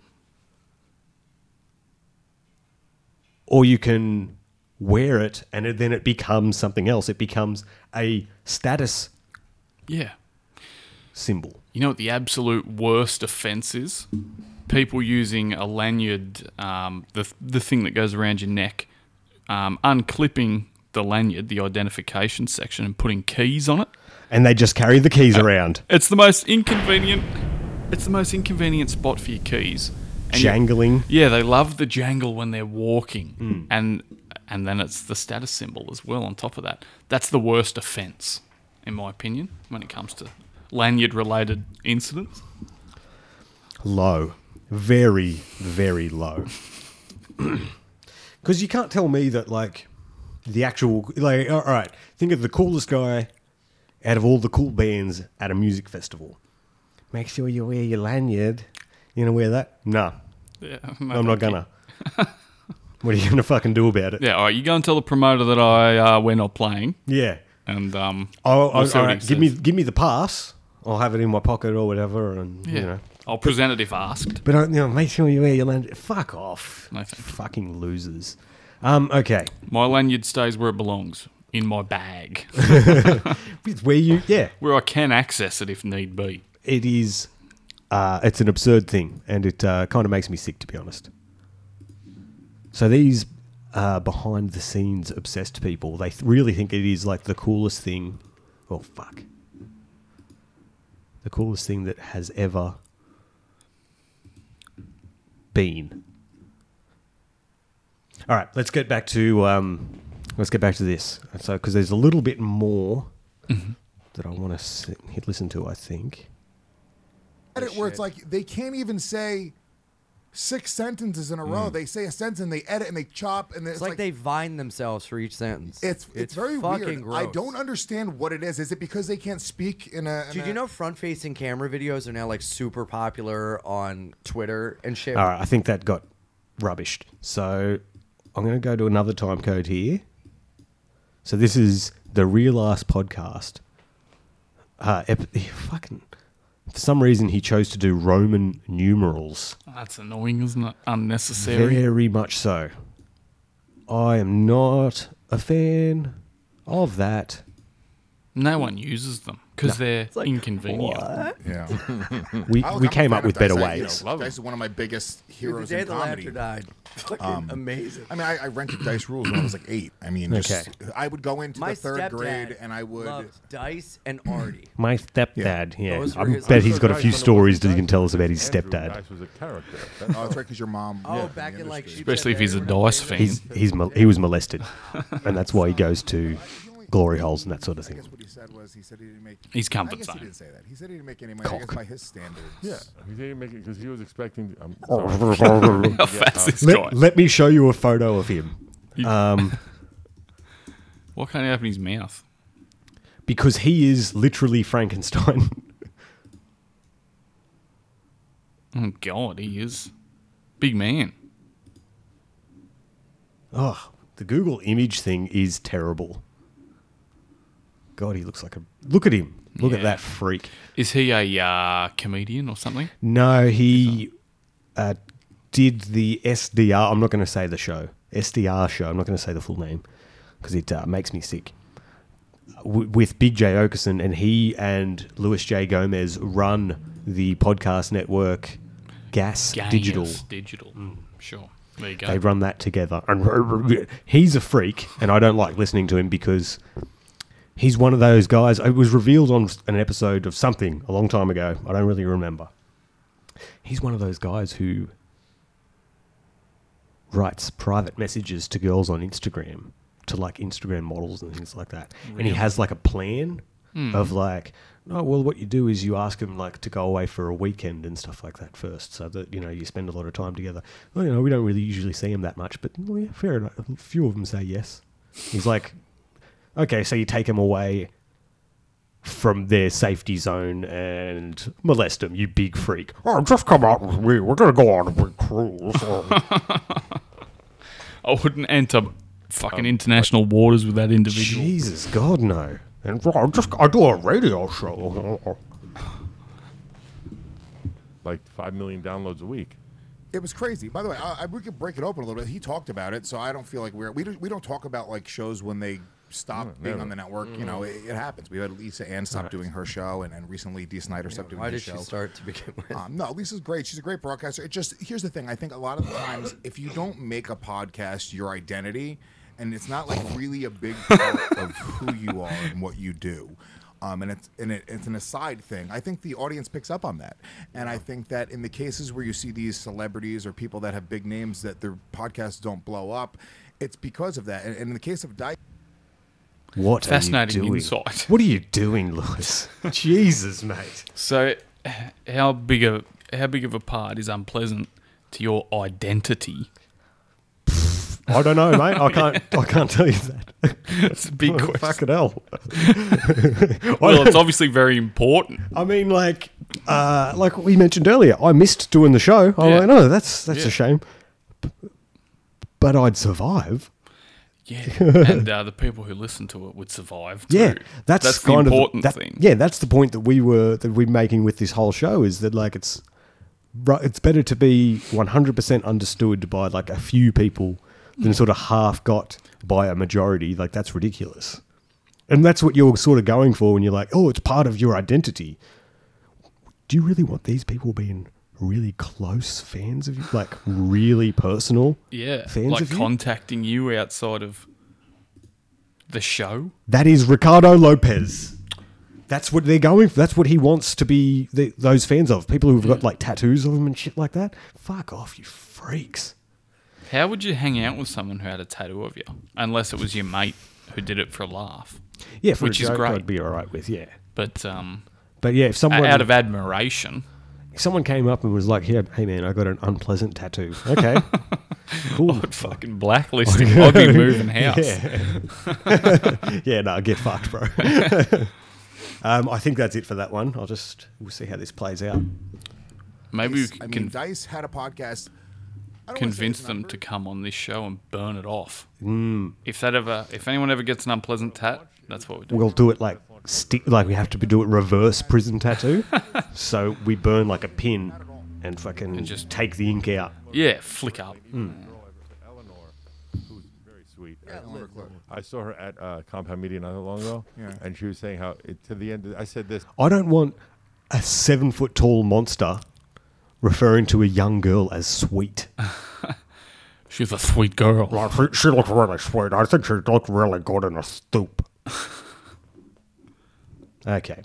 Speaker 3: or you can wear it and it, then it becomes something else. It becomes a status
Speaker 1: yeah.
Speaker 3: symbol.
Speaker 1: You know what the absolute worst offence is? People using a lanyard, um, the, the thing that goes around your neck, um, unclipping the lanyard, the identification section, and putting keys on it.
Speaker 3: And they just carry
Speaker 1: Uh,
Speaker 3: the keys around.
Speaker 1: It's the most inconvenient. It's the most inconvenient spot for your keys. And you-
Speaker 3: jangling.
Speaker 1: Yeah, they love the jangle when they're walking, and and then it's the status symbol as well. On top of that, that's the worst offence, in my opinion, when it comes to lanyard-related incidents.
Speaker 3: low, very, very low. Because you can't tell me that like the actual like all right, think of the coolest guy out of all the cool bands at a music festival. Make sure you wear your lanyard. You gonna wear that? Nah,
Speaker 1: Yeah,
Speaker 3: I'm not gonna. what are you gonna fucking do about it?
Speaker 1: Yeah, all right. You go and tell the promoter that I uh, we're not playing,
Speaker 3: Yeah.
Speaker 1: and um,
Speaker 3: Oh,
Speaker 1: we'll see what
Speaker 3: all
Speaker 1: he
Speaker 3: right. Give me,
Speaker 1: says.
Speaker 3: give me the pass. I'll have it in my pocket or whatever, and
Speaker 1: Yeah,
Speaker 3: you know.
Speaker 1: I'll present it if asked.
Speaker 3: But uh, you know, make sure you wear your lanyard. Fuck off.
Speaker 1: No, thank you.
Speaker 3: Fucking losers. Um, okay.
Speaker 1: My lanyard stays where it belongs, in my bag,
Speaker 3: It's where you yeah.
Speaker 1: where I can access it if need be.
Speaker 3: It is uh, it's an absurd thing and it uh, kind of makes me sick to be honest. So these uh, behind the scenes obsessed people, they th- really think it is like the coolest thing. Oh fuck. The coolest thing that has ever been. All right, let's get back to um, let's get back to this. So, because there's a little bit more that I want to hit listen to. I think.
Speaker 5: edit where it's like they can't even say six sentences in a row. They say a sentence and they edit and they chop and
Speaker 7: Mm. It's like, they vine themselves for each sentence.
Speaker 5: It's it's, very
Speaker 7: fucking
Speaker 5: weird.
Speaker 7: Gross.
Speaker 5: I don't understand what it is. Is it because they can't speak in a? in
Speaker 7: Dude,
Speaker 5: a-
Speaker 7: you know front-facing camera videos are now like super popular on Twitter and shit.
Speaker 3: All right, I think that got rubbished. So I'm going to go to another time code here. So this is the real ass podcast. Uh, ep- fucking. For some reason, he chose to do Roman numerals.
Speaker 1: That's annoying, isn't it? Unnecessary.
Speaker 3: Very much so. I am not a fan of that.
Speaker 1: No one uses them because they're inconvenient.
Speaker 5: Yeah.
Speaker 3: We,
Speaker 5: I
Speaker 3: we
Speaker 5: was- I'm a
Speaker 3: came up
Speaker 5: fan of
Speaker 3: with better
Speaker 5: Dice. I- you
Speaker 3: ways.
Speaker 5: know, Dice is one of my biggest
Speaker 7: Dude, the
Speaker 5: heroes
Speaker 7: day
Speaker 5: in
Speaker 7: the
Speaker 5: comedy.
Speaker 7: laughter died. Fucking
Speaker 3: Um,
Speaker 7: amazing.
Speaker 5: I mean, I, I rented Dice Rules when I was like eight. I mean, just,
Speaker 3: Okay.
Speaker 5: I would go into
Speaker 7: My
Speaker 5: the third
Speaker 7: stepdad
Speaker 5: grade and I would.
Speaker 7: loved Dice and Artie.
Speaker 3: My stepdad, yeah.
Speaker 9: Those were
Speaker 3: I
Speaker 9: his-
Speaker 3: bet he's got a
Speaker 9: Dice
Speaker 3: few
Speaker 9: when it
Speaker 3: stories
Speaker 9: was
Speaker 3: that he can
Speaker 9: Dice.
Speaker 3: tell us about his
Speaker 9: Andrew
Speaker 3: stepdad.
Speaker 9: Dice was a character.
Speaker 5: Oh, that's right, because your mom.
Speaker 7: Oh,
Speaker 5: worked
Speaker 7: back
Speaker 5: the
Speaker 7: in, like,
Speaker 5: industry.
Speaker 7: she-
Speaker 1: Especially if he's a dice fan.
Speaker 3: He's he's mol- he was molested, and that's why he goes to glory holes and that sort of
Speaker 5: I
Speaker 3: thing.
Speaker 5: guess what he said was he said he didn't make.
Speaker 1: He's comfort
Speaker 5: I guess
Speaker 1: zone.
Speaker 5: he didn't say that. He said he didn't make any money. I guess
Speaker 3: Cock.
Speaker 5: by his standards.
Speaker 9: Yeah, he didn't make it because he was expecting. Um,
Speaker 3: Oh.
Speaker 1: How
Speaker 3: let,
Speaker 1: fast is this guy?
Speaker 3: let me show you a photo of him, um,
Speaker 1: Why can't he open his mouth?
Speaker 3: because he is literally Frankenstein.
Speaker 1: Oh God, he is big man.
Speaker 3: oh, the Google image thing is terrible. God, he looks like a look at him. Look at
Speaker 1: Yeah.
Speaker 3: that freak.
Speaker 1: Is he a uh, comedian or something?
Speaker 3: No, he uh, did the SDR. I'm not going to say the show. SDR show. I'm not going to say the full name because it uh, makes me sick. W- with Big J Okerson, and he and Louis J Gomez run the podcast network Gas
Speaker 1: Games,
Speaker 3: Digital. Mm.
Speaker 1: Digital. Sure. There you go.
Speaker 3: They run that together. And he's a freak, and I don't like listening to him because he's one of those guys. It was revealed on an episode of something a long time ago. I don't really remember. He's one of those guys who writes private messages to girls on Instagram, to like Instagram models and things like that. And he has like a plan of like, no, well, what you do is you ask him like to go away for a weekend and stuff like that first, so that you know you spend a lot of time together. Well, you know, we don't really usually see him that much, but well, yeah, fair enough. A few of them say yes. He's like, okay, so you take him away from their safety zone and molest him, you big freak.
Speaker 9: oh, just come out with me. We're gonna go on a big cruise. Oh,
Speaker 1: I wouldn't enter fucking international waters with that individual.
Speaker 3: Jesus, God, no.
Speaker 9: and well, just I do a radio show. like five million downloads a week.
Speaker 5: It was crazy. By the way, I, I, we could break it open a little bit. He talked about it, so I don't feel like we're we don't, we don't talk about like shows when they stop being
Speaker 9: never.
Speaker 5: on the network. You know,
Speaker 3: Mm-hmm.
Speaker 5: it, it happens. We had Lisa Ann stop doing her show, and, and recently Dee Snyder stopped doing
Speaker 7: Why
Speaker 5: his
Speaker 7: did
Speaker 5: show.
Speaker 7: she start to begin with?
Speaker 5: Um, no, Lisa's great. She's a great broadcaster. It just here's the thing. I think a lot of the times, if you don't make a podcast your identity, and it's not like really a big part of who you are and what you do, um, and it's and it, it's an aside thing. I think the audience picks up on that, and I think that in the cases where you see these celebrities or people that have big names that their podcasts don't blow up, it's because of that. And, and in the case of Dyke,
Speaker 3: What
Speaker 1: Fascinating
Speaker 3: are you doing?
Speaker 1: insight.
Speaker 3: What are you doing, Lewis? Jesus, mate.
Speaker 1: So, how big a how big of a part is unpleasant to your identity?
Speaker 3: I don't know, mate. I can't. I can't tell you that.
Speaker 1: It's a big question.
Speaker 3: Fucking hell.
Speaker 1: Well, it's obviously very important.
Speaker 3: I mean, like, uh, like we mentioned earlier, I missed doing the show. I'm
Speaker 1: Yeah.
Speaker 3: like, no, that's that's
Speaker 1: Yeah.
Speaker 3: a shame. B- But I'd survive.
Speaker 1: Yeah, and uh, the people who listen to it would survive. Too.
Speaker 3: Yeah, that's,
Speaker 1: the
Speaker 3: kind
Speaker 1: important
Speaker 3: of that,
Speaker 1: thing.
Speaker 3: Yeah, that's the point that we were that we're making with this whole show is that like it's ru- it's better to be one hundred percent understood by like a few people than sort of half got by a majority. Like that's ridiculous, and that's what you're sort of going for when you're like, oh, it's part of your identity. Do you really want these people being really close fans of you, like really personal?
Speaker 1: yeah,
Speaker 3: fans
Speaker 1: like
Speaker 3: of you?
Speaker 1: contacting you outside of the show.
Speaker 3: That is Ricardo Lopez. That's what they're going for. That's what he wants to be the, those fans of. People who've got like tattoos of him and shit like that. Fuck off, you freaks.
Speaker 1: How would you hang out with someone who had a tattoo of you, unless it was your mate who did it for a laugh?
Speaker 3: Yeah, for
Speaker 1: Which
Speaker 3: a
Speaker 1: is
Speaker 3: joke,
Speaker 1: great.
Speaker 3: I'd be all right with, yeah.
Speaker 1: But um,
Speaker 3: But yeah, if someone
Speaker 1: out of admiration,
Speaker 3: if someone came up and was like, "Here, hey man, I got an unpleasant tattoo." Okay, cool.
Speaker 1: I'd fucking blacklist him. I'd be moving house.
Speaker 3: Yeah. yeah, no, get fucked, bro. um, I think that's it for that one. I'll just we'll see how this plays out.
Speaker 1: Maybe we
Speaker 5: I
Speaker 1: can
Speaker 5: mean, Dice had a podcast. I don't wanna say
Speaker 1: convince
Speaker 5: it's
Speaker 1: them
Speaker 5: not
Speaker 1: to come on this show and burn it off.
Speaker 3: Hmm.
Speaker 1: If that ever, if anyone ever gets an unpleasant tat, that's what we do.
Speaker 3: we'll do it like stick like we have to be, do it reverse prison tattoo so we burn like a pin and fucking
Speaker 1: And just-
Speaker 3: just take the ink out
Speaker 1: yeah, flick up.
Speaker 9: Eleanor, who's very sweet. I, I saw her at uh, Compound Media not that long ago,
Speaker 5: Yeah.
Speaker 9: and she was saying how it, to the end. Of, I said this.
Speaker 3: i don't want a seven foot tall monster referring to a young girl as sweet
Speaker 1: She's a sweet girl.
Speaker 9: I think she looked really sweet. I think she looked really good in a stoop.
Speaker 3: okay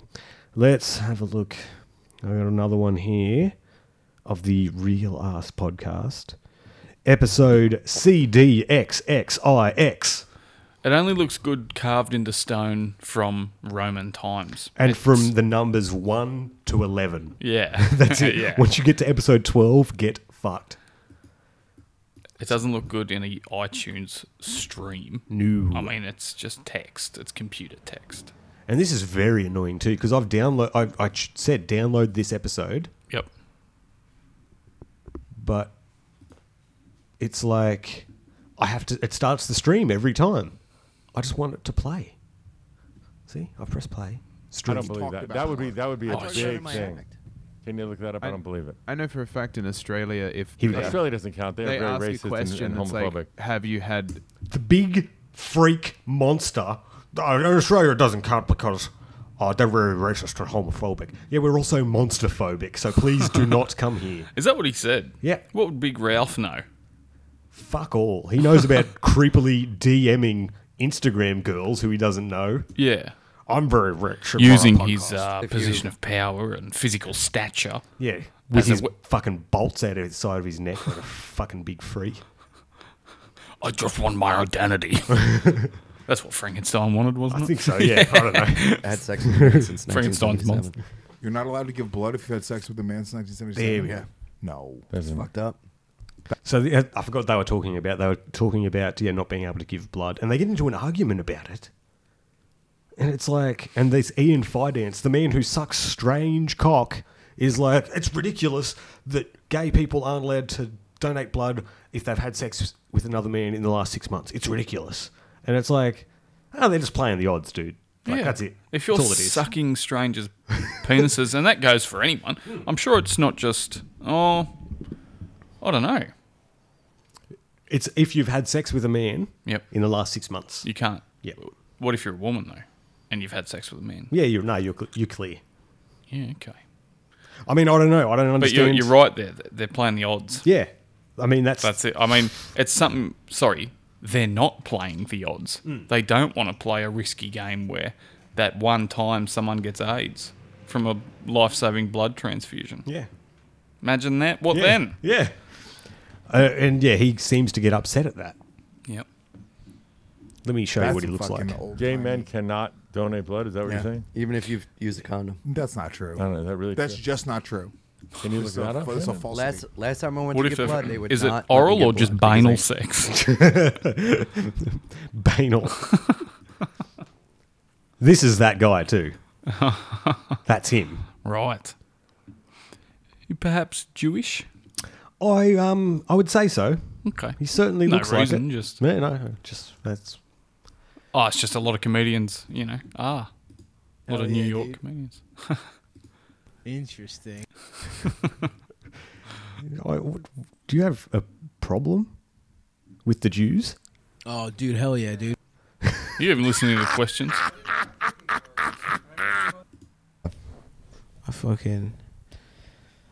Speaker 3: let's have a look i got another one here of the real ass podcast episode cdxxix
Speaker 1: It only looks good carved into stone from Roman times.
Speaker 3: and
Speaker 1: It's-
Speaker 3: from the numbers 1 to 11
Speaker 1: yeah,
Speaker 3: That's it.
Speaker 1: yeah,
Speaker 3: Once you get to episode 12, get fucked.
Speaker 1: it doesn't look good in a iTunes stream.
Speaker 3: No.
Speaker 1: I mean, it's just text. It's computer text.
Speaker 3: And this is very annoying too because I've download I, I ch- said download this episode,
Speaker 1: Yep.
Speaker 3: but it's like I have to it starts the stream every time. I just want it to play. See? I press play.
Speaker 9: I
Speaker 3: Stream.
Speaker 9: don't believe
Speaker 5: talked
Speaker 9: that.
Speaker 5: about
Speaker 9: That would
Speaker 5: it.
Speaker 9: be that would be a
Speaker 1: Oh, shit.
Speaker 9: big thing. Can you look that up? I,
Speaker 8: I-
Speaker 9: don't believe it.
Speaker 8: I know for a fact in Australia, if
Speaker 3: Here we
Speaker 8: they,
Speaker 3: go.
Speaker 9: Australia doesn't count. They,
Speaker 8: they
Speaker 9: are
Speaker 8: ask
Speaker 9: very
Speaker 8: a
Speaker 9: racist and,
Speaker 8: question,
Speaker 9: and
Speaker 8: it's
Speaker 9: homophobic.
Speaker 8: like, "Have you had?"
Speaker 3: The big freak monster. Uh, in Australia it doesn't count because uh, they're very racist and homophobic. Yeah, we're also monsterphobic, so please do not come here.
Speaker 1: Is that what he said?
Speaker 3: Yeah.
Speaker 1: What would Big Ralph know?
Speaker 3: fuck all. He knows about creepily DMing Instagram girls who he doesn't know.
Speaker 1: Yeah.
Speaker 3: I'm very rich. and
Speaker 1: Using
Speaker 3: part of
Speaker 1: his uh,
Speaker 3: podcast.
Speaker 1: position of power and physical stature.
Speaker 3: yeah, with
Speaker 1: as a
Speaker 3: his
Speaker 1: wi-
Speaker 3: fucking bolts out of the side of his neck like a fucking big freak.
Speaker 1: I just want my identity. That's what Frankenstein wanted, wasn't
Speaker 3: I
Speaker 1: it?
Speaker 3: think so. Yeah, I don't know.
Speaker 7: I had sex with a man since
Speaker 1: Frankenstein's
Speaker 7: 1977.
Speaker 1: monster.
Speaker 5: You're not allowed to give blood if you had sex with a man since 1977.
Speaker 3: There we go.
Speaker 5: No.
Speaker 7: It's fucked up.
Speaker 3: So the, uh, I forgot they were talking about. They were talking about yeah, not being able to give blood, and they get into an argument about it. And it's like, and this Ian Fidance, the man who sucks strange cock, is like, it's ridiculous that gay people aren't allowed to donate blood if they've had sex with another man in the last six months. It's ridiculous. And it's like, oh, they're just playing the odds, dude. Like, that's it.
Speaker 1: If you're
Speaker 3: That's all it is.
Speaker 1: sucking strangers' penises, and that goes for anyone, I'm sure it's not just, oh, I don't know.
Speaker 3: It's if you've had sex with a man
Speaker 1: Yep.
Speaker 3: in the last six months.
Speaker 1: You can't.
Speaker 3: Yep.
Speaker 1: What if you're a woman, though, and you've had sex with a man?
Speaker 3: Yeah, you're, no, you're, cl- you're clear.
Speaker 1: Yeah, okay.
Speaker 3: I mean, I don't know. I don't
Speaker 1: But
Speaker 3: understand.
Speaker 1: you're, you're right there. th- They're playing the odds.
Speaker 3: Yeah. I mean, that's,
Speaker 1: That's it. I mean, it's something,
Speaker 3: Hmm.
Speaker 1: sorry, they're not playing the odds. They don't want to play a risky game where that one time someone gets AIDS from a life saving blood transfusion.
Speaker 3: Yeah.
Speaker 1: Imagine that. What
Speaker 3: yeah.
Speaker 1: then?
Speaker 3: Yeah. Uh, and yeah, he seems to get upset at that.
Speaker 1: Yep.
Speaker 3: Let me show you
Speaker 5: That's
Speaker 3: what he looks like.
Speaker 5: fucking old
Speaker 9: Gay
Speaker 5: timey.
Speaker 9: men cannot donate blood. Is that what you're
Speaker 5: Yeah.
Speaker 9: saying?
Speaker 7: Even if you've used a condom.
Speaker 5: That's not true.
Speaker 9: I don't know. Is that really?
Speaker 5: That's
Speaker 9: true?
Speaker 5: just not true.
Speaker 9: Can you look
Speaker 5: It's a,
Speaker 9: that up?
Speaker 5: it's a
Speaker 9: Yeah.
Speaker 5: falsity.
Speaker 7: Last last time I went
Speaker 1: What
Speaker 7: to
Speaker 1: if
Speaker 7: get
Speaker 1: if-
Speaker 7: blood, they would
Speaker 1: is
Speaker 7: not.
Speaker 1: it
Speaker 7: let me
Speaker 1: oral
Speaker 7: get
Speaker 1: or just
Speaker 7: blood because
Speaker 1: banal
Speaker 7: they-
Speaker 1: sex?
Speaker 3: Banal. this is that guy too. That's him.
Speaker 1: right. You Perhaps Jewish.
Speaker 3: I um I would say so.
Speaker 1: Okay.
Speaker 3: He certainly
Speaker 1: No
Speaker 3: looks
Speaker 1: reason,
Speaker 3: like it.
Speaker 1: just-
Speaker 3: no, no, just that's
Speaker 1: Oh, it's just a lot of comedians. You know. Ah, a lot
Speaker 2: Hell
Speaker 1: of New
Speaker 2: yeah,
Speaker 1: York
Speaker 2: dude.
Speaker 1: comedians.
Speaker 2: Interesting.
Speaker 3: I, what, do you have a problem with the Jews?
Speaker 2: Oh, dude, hell yeah, dude.
Speaker 1: You haven't listened to the questions.
Speaker 2: I fucking.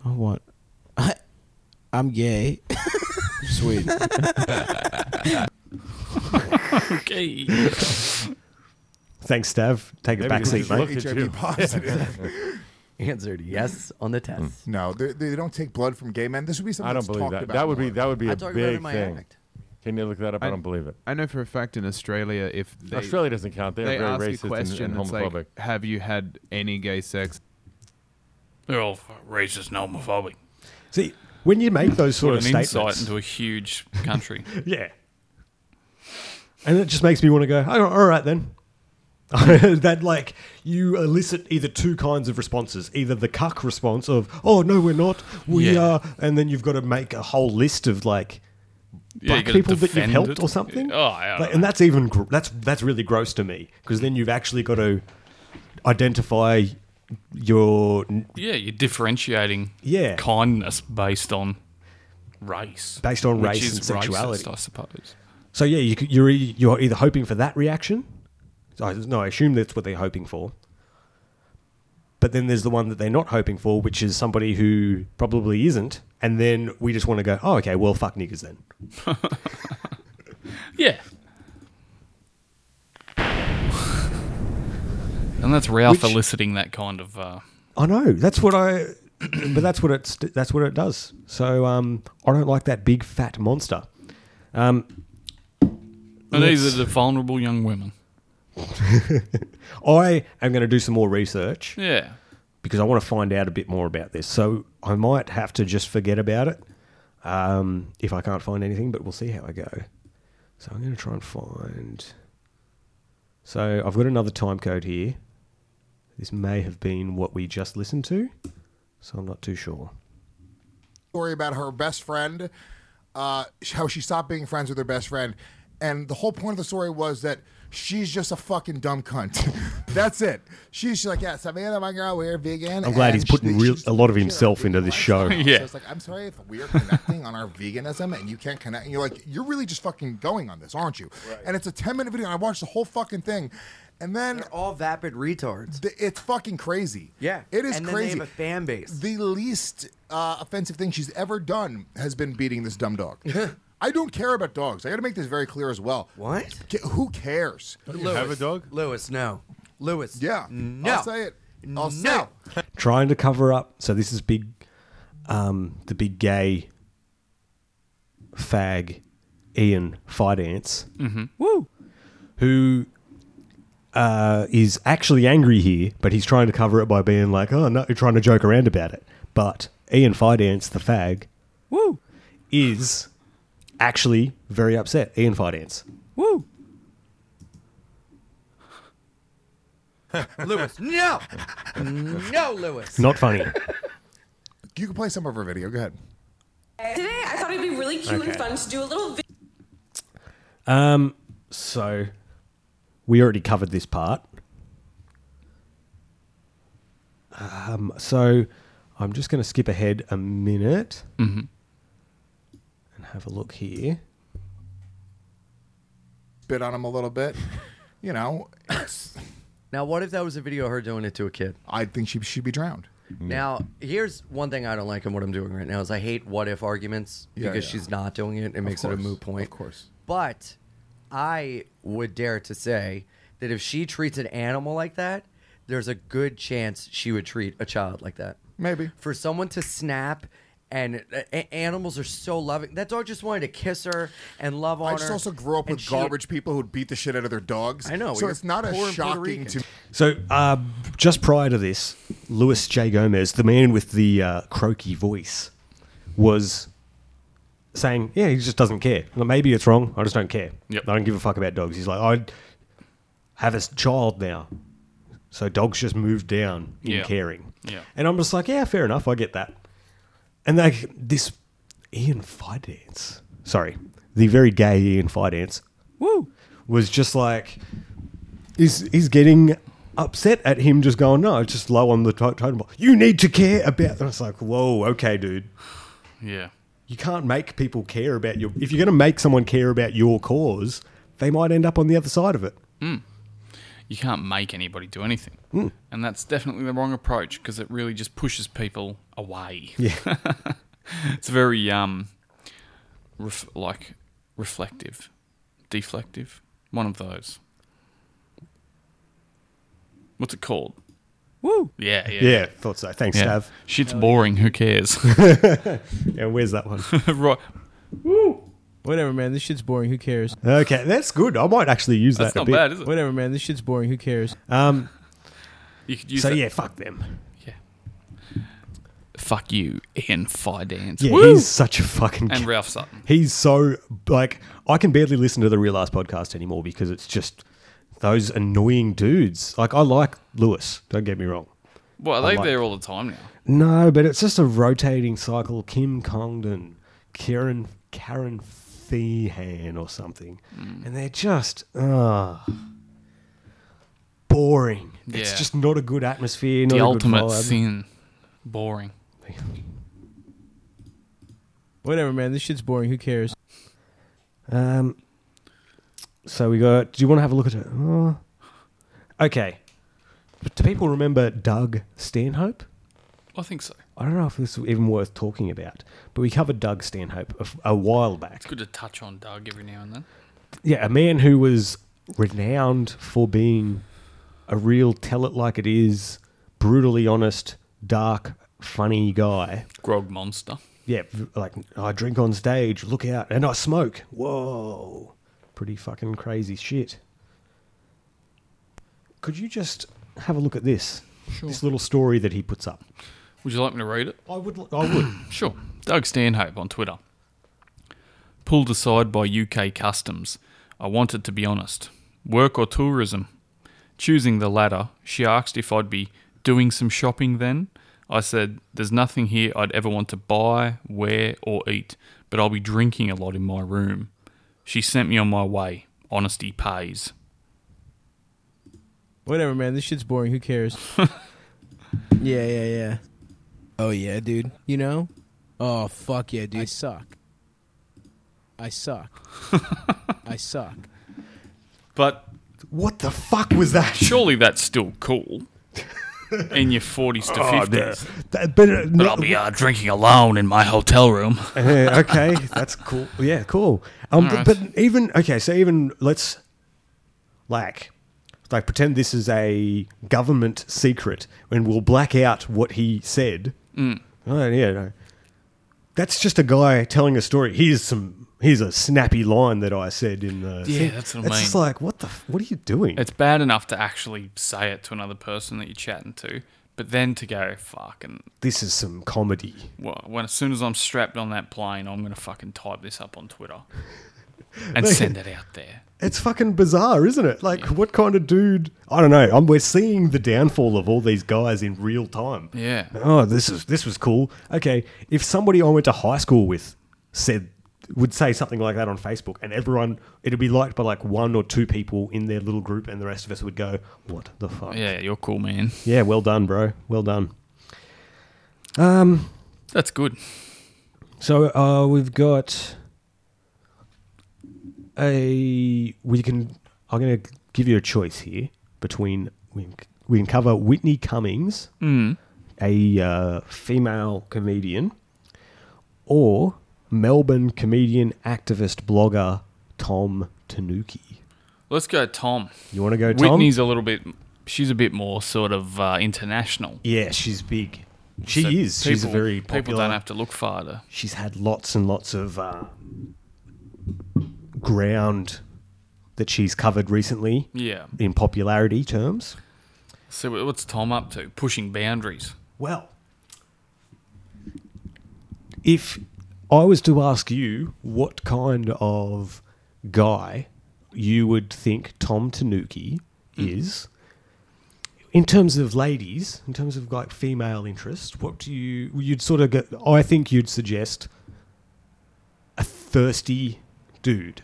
Speaker 2: I want. I, I'm gay. Sweet.
Speaker 1: Okay.
Speaker 3: Thanks, Stav. Take a
Speaker 9: Maybe
Speaker 3: back
Speaker 9: they
Speaker 3: seat,
Speaker 9: just
Speaker 3: mate.
Speaker 9: looked at you.
Speaker 5: HIV positive.
Speaker 7: Answered yes on the test.
Speaker 1: Mm.
Speaker 5: no, they, they don't take blood from gay men. This would be something
Speaker 9: I don't
Speaker 5: that's
Speaker 9: believe
Speaker 5: talked
Speaker 9: that.
Speaker 5: about
Speaker 9: That would be
Speaker 5: more.
Speaker 9: that would be
Speaker 7: I
Speaker 9: a
Speaker 7: talk about it
Speaker 9: big
Speaker 7: in my
Speaker 9: thing.
Speaker 7: act.
Speaker 9: Can you look that up? I,
Speaker 8: I-
Speaker 9: don't believe it.
Speaker 8: I know for a fact in Australia, if they,
Speaker 9: Australia doesn't count. They,
Speaker 8: they
Speaker 9: are
Speaker 8: ask
Speaker 9: very
Speaker 8: a
Speaker 9: racist and,
Speaker 8: question,
Speaker 9: and
Speaker 8: that's
Speaker 9: homophobic.
Speaker 8: like, "Have you had any gay sex?"
Speaker 1: They're all racist and homophobic.
Speaker 3: See, when you make those sort
Speaker 1: What
Speaker 3: of
Speaker 1: an
Speaker 3: statements,
Speaker 1: insight into a huge country.
Speaker 3: yeah, and it just makes me want to go. "Oh, all right then. that like you elicit either two kinds of responses, either the cuck response of "Oh no, we're not, we
Speaker 1: Yeah.
Speaker 3: are," and then you've got to make a whole list of like
Speaker 1: Yeah, you
Speaker 3: black
Speaker 1: gotta
Speaker 3: people that you've
Speaker 1: defend
Speaker 3: helped
Speaker 1: it.
Speaker 3: or something.
Speaker 1: Yeah. Oh, I don't
Speaker 3: Like,
Speaker 1: know.
Speaker 3: and that's even gr- that's that's really gross to me because then you've actually got to identify your
Speaker 1: Yeah, you're differentiating
Speaker 3: Yeah.
Speaker 1: kindness based on race.
Speaker 3: Based on
Speaker 1: which
Speaker 3: race
Speaker 1: is
Speaker 3: and sexuality.
Speaker 1: racist, I suppose.
Speaker 3: So yeah, you, c- you're e- you're either hoping for that reaction. So I, no, I assume that's what they're hoping for. But then there's the one that they're not hoping for, which is somebody who probably isn't, and then we just want to go, oh, okay, well, fuck niggas then.
Speaker 1: Yeah. And that's Ralph
Speaker 3: Which-
Speaker 1: eliciting that kind of. Uh,
Speaker 3: I know that's what I, but that's what it's that's what it does. So um, I don't like that big fat monster. Um,
Speaker 1: and
Speaker 3: Let's-
Speaker 1: these are the vulnerable young women.
Speaker 3: I am going to do some more research
Speaker 1: Yeah.
Speaker 3: because I want to find out a bit more about this. So I might have to just forget about it um, if I can't find anything, but we'll see how I go. So I'm going to try and find. So I've got another time code here. This may have been what we just listened to, so I'm not too sure.
Speaker 5: story about her best friend, uh, how she stopped being friends with her best friend, and the whole point of the story was that she's just a fucking dumb cunt. That's it. She's, she's like, yeah, Savannah, my girl, we're vegan.
Speaker 3: I'm glad
Speaker 5: and
Speaker 3: he's putting
Speaker 5: she-
Speaker 3: real,
Speaker 5: she's
Speaker 3: a lot of
Speaker 5: here,
Speaker 3: himself into this show.
Speaker 5: lifestyle.
Speaker 1: Yeah.
Speaker 5: So it's like, I'm sorry if we're connecting on our veganism and you can't connect. And you're like, you're really just fucking going on this, aren't you? And it's a 10 minute video, and I watched the whole fucking thing. And then
Speaker 7: They're all vapid retards.
Speaker 5: th- it's fucking crazy.
Speaker 7: Yeah,
Speaker 5: It is
Speaker 7: and then they
Speaker 5: crazy.
Speaker 7: have a fan base.
Speaker 5: The least uh, offensive thing she's ever done has been beating this dumb dog. I don't care about dogs. I got to make this very clear as well.
Speaker 7: What?
Speaker 5: Ca- who cares?
Speaker 7: Lewis,
Speaker 9: have a dog?
Speaker 7: Lewis, no. Lewis.
Speaker 5: Yeah.
Speaker 7: No.
Speaker 5: I'll say it. I'll say
Speaker 7: No.
Speaker 5: it.
Speaker 3: trying to cover up. So this is big, um, the big gay fag, Ian Fidance, mm-hmm. who uh, is actually angry here, but he's trying to cover it by being like, oh no, trying to joke around about it. But Ian Fidance, the fag,
Speaker 7: Woo.
Speaker 3: is actually very upset. Ian Fidance.
Speaker 7: Woo. Lewis, no. No, Lewis.
Speaker 3: Not funny.
Speaker 5: You can play some of her video. Go ahead.
Speaker 6: Today, I thought it'd be really cute
Speaker 3: Okay.
Speaker 6: and fun to do a little video.
Speaker 3: um, so we already covered this part. Um, so I'm just going to skip ahead a minute and have a look here.
Speaker 5: Bit on him a little bit. You know, it's-
Speaker 7: Now, what if that was a video of her doing it to a kid?
Speaker 5: I think she should be drowned.
Speaker 7: Now, here's one thing I don't like in what I'm doing right now is I hate what if arguments
Speaker 5: Yeah,
Speaker 7: because
Speaker 5: yeah.
Speaker 7: she's not doing it. It makes it a
Speaker 5: course,
Speaker 7: moot point.
Speaker 5: of course.
Speaker 7: But I would dare to say that if she treats an animal like that, there's a good chance she would treat a child like that.
Speaker 5: Maybe.
Speaker 7: For someone to snap and uh, a- animals are so loving. That dog just wanted to kiss her and love on her.
Speaker 5: I just also grew up
Speaker 7: and
Speaker 5: with
Speaker 7: she-
Speaker 5: garbage people who'd beat the shit out of their dogs.
Speaker 7: I know,
Speaker 5: So
Speaker 7: you're
Speaker 5: it's not
Speaker 7: poor
Speaker 5: as
Speaker 7: and Puerto
Speaker 5: shocking
Speaker 7: Rican.
Speaker 5: to
Speaker 3: So, uh, just prior to this, Luis J. Gomez, the man with the uh, croaky voice, was saying, "Yeah, he just doesn't care. Like, maybe it's wrong. I just don't care.
Speaker 1: Yep.
Speaker 3: I don't give a fuck about dogs." He's like, "I have a s- child now, so dogs just moved down in
Speaker 1: Yeah.
Speaker 3: caring."
Speaker 1: Yeah.
Speaker 3: And I'm just like, "Yeah, fair enough. I get that." And like this, Ian Fidance, sorry, the very gay Ian Fidance, woo, was just like is is getting upset at him just going, no, it's just low on the to- totem pole. You need to care about. And it's like, whoa, okay, dude.
Speaker 1: Yeah.
Speaker 3: You can't make people care about your. If you're going to make someone care about your cause, they might end up on the other side of it.
Speaker 1: you can't make anybody do anything.
Speaker 3: Hmm.
Speaker 1: And that's definitely the wrong approach because it really just pushes people away. Yeah. it's very um ref- like reflective, deflective, one of those. What's it called? Woo. Yeah, yeah.
Speaker 3: Yeah, thought so. Thanks,
Speaker 1: yeah.
Speaker 3: Stav.
Speaker 1: Shit's boring, who cares?
Speaker 3: Yeah, where's that one?
Speaker 1: right.
Speaker 2: Whatever, man. This shit's boring. Who cares?
Speaker 3: okay, that's good. I might actually use
Speaker 1: That's
Speaker 3: that.
Speaker 1: not
Speaker 3: a bit.
Speaker 1: bad, is it?
Speaker 2: Whatever, man. This shit's boring. Who cares?
Speaker 3: Um,
Speaker 1: You could use
Speaker 3: so
Speaker 1: that.
Speaker 3: yeah, fuck them.
Speaker 1: Fuck you, Ian Fidance.
Speaker 3: Yeah,
Speaker 1: Woo!
Speaker 3: he's such a fucking.
Speaker 1: And Ralph Sutton.
Speaker 3: He's so like I can barely listen to the Real Ass podcast anymore because it's just those annoying dudes. Like I like Lewis, don't get me wrong.
Speaker 1: Well, are they
Speaker 3: like-
Speaker 1: there all the time now?
Speaker 3: No, but it's just a rotating cycle. Kim Congdon, Karen Karen Feehan or something, and they're just ah boring. It's
Speaker 1: Yeah.
Speaker 3: just not a good atmosphere. Not
Speaker 1: The
Speaker 3: a
Speaker 1: ultimate
Speaker 3: good vibe.
Speaker 1: sin. Boring.
Speaker 2: Whatever, man. This shit's boring. Who cares?
Speaker 3: Um, so we got. Do you want to have a look at it? Uh, okay. But do people remember Doug Stanhope?
Speaker 1: I think so.
Speaker 3: I don't know if this is even worth talking about, but we covered Doug Stanhope a, f- a while back.
Speaker 1: Good to touch on Doug every now and then.
Speaker 3: Yeah, a man who was renowned for being a real tell it like it is, brutally honest, dark, funny guy.
Speaker 1: Grog Monster.
Speaker 3: Yeah, v- like I drink on stage, look out, and I smoke. Whoa, pretty fucking crazy shit. Could you just have a look at this? This little story that he puts up.
Speaker 1: Would you like me to read it?
Speaker 3: I would. li- I would.
Speaker 1: Sure. Doug Stanhope on Twitter. Pulled aside by UK customs. I wanted to be honest. Work or tourism? Choosing the latter, she asked if I'd be doing some shopping then. I said, There's nothing here I'd ever want to buy, wear, or eat, but I'll be drinking a lot in my room. She sent me on my way. Honesty pays.
Speaker 2: Whatever, man. This shit's boring. Who cares? yeah, yeah, yeah. Oh yeah, dude. You know? Oh fuck yeah, dude. I suck. I suck. I suck.
Speaker 1: But
Speaker 3: what the fuck was that?
Speaker 1: surely that's still cool. In your 40s to 50s.
Speaker 3: Oh, That- but, uh,
Speaker 1: But
Speaker 3: no-
Speaker 1: I'll be uh, drinking alone in my hotel room.
Speaker 3: Uh, okay, that's cool. Yeah, cool. Um,
Speaker 1: All right.
Speaker 3: but even okay, so even let's like like pretend this is a government secret, and we'll black out what he said.
Speaker 1: Mm.
Speaker 3: Oh yeah, no. that's just a guy telling a story. Here's some. Here's a snappy line that I said in the.
Speaker 1: Yeah,
Speaker 3: thing.
Speaker 1: that's what I
Speaker 3: It's just
Speaker 1: mean.
Speaker 3: like what the f- what are you doing?
Speaker 1: It's bad enough to actually say it to another person that you're chatting to, but then to go, fucking,
Speaker 3: this is some comedy.
Speaker 1: well, when as soon as I'm strapped on that plane, I'm going to fucking type this up on Twitter and send it out there.
Speaker 3: It's fucking bizarre, isn't it? Like, what kind of dude? I don't know. i we're seeing the downfall of all these guys in real time.
Speaker 1: Yeah.
Speaker 3: Oh, this is this was cool. Okay, if somebody I went to high school with said would say something like that on Facebook, and everyone it'd be liked by like one or two people in their little group, and the rest of us would go, "What the fuck?"
Speaker 1: Yeah, you're cool, man.
Speaker 3: Yeah, well done, bro. Well done.
Speaker 1: That's good.
Speaker 3: So uh, we've got a we can. I'm going to give you a choice here between we can, we can cover Whitney Cummings,
Speaker 1: Mm.
Speaker 3: a uh, female comedian, or Melbourne comedian, activist, blogger Tom Tanuki.
Speaker 1: Let's go, Tom.
Speaker 3: You want to go, Tom?
Speaker 1: Whitney's a little bit. She's a bit more sort of uh, international.
Speaker 3: Yeah, she's big. She
Speaker 1: So
Speaker 3: is. she's a
Speaker 1: people-
Speaker 3: very popular.
Speaker 1: People don't have to look far to.
Speaker 3: she's had lots and lots of uh, ground that she's covered recently
Speaker 1: Yeah.
Speaker 3: in popularity terms.
Speaker 1: So wh- what's Tom up to? Pushing boundaries.
Speaker 3: Well, if I was to ask you what kind of guy you would think Tom Tanuki is, in terms of ladies, in terms of like female interest, what do you, you'd sort of go, I think you'd suggest a thirsty dude.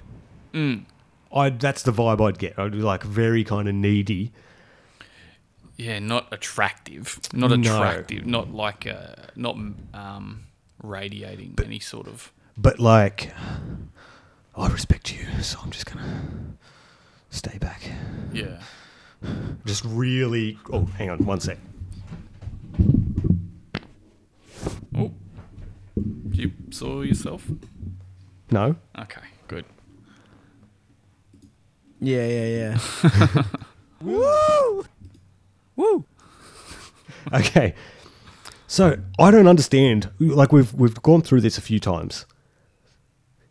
Speaker 3: I, that's the vibe I'd get. I'd be like very kind of needy.
Speaker 1: Yeah, not attractive. Not
Speaker 3: No.
Speaker 1: attractive. Not like uh not um, radiating any sort of.
Speaker 3: but like oh, I respect you, so I'm just gonna stay back.
Speaker 1: Yeah.
Speaker 3: Just really. Oh, hang on, one sec.
Speaker 1: Oh, you saw yourself.
Speaker 3: No,
Speaker 1: Okay, good.
Speaker 2: Yeah, yeah, yeah.
Speaker 3: okay. So I don't understand. Like we've we've gone through this a few times.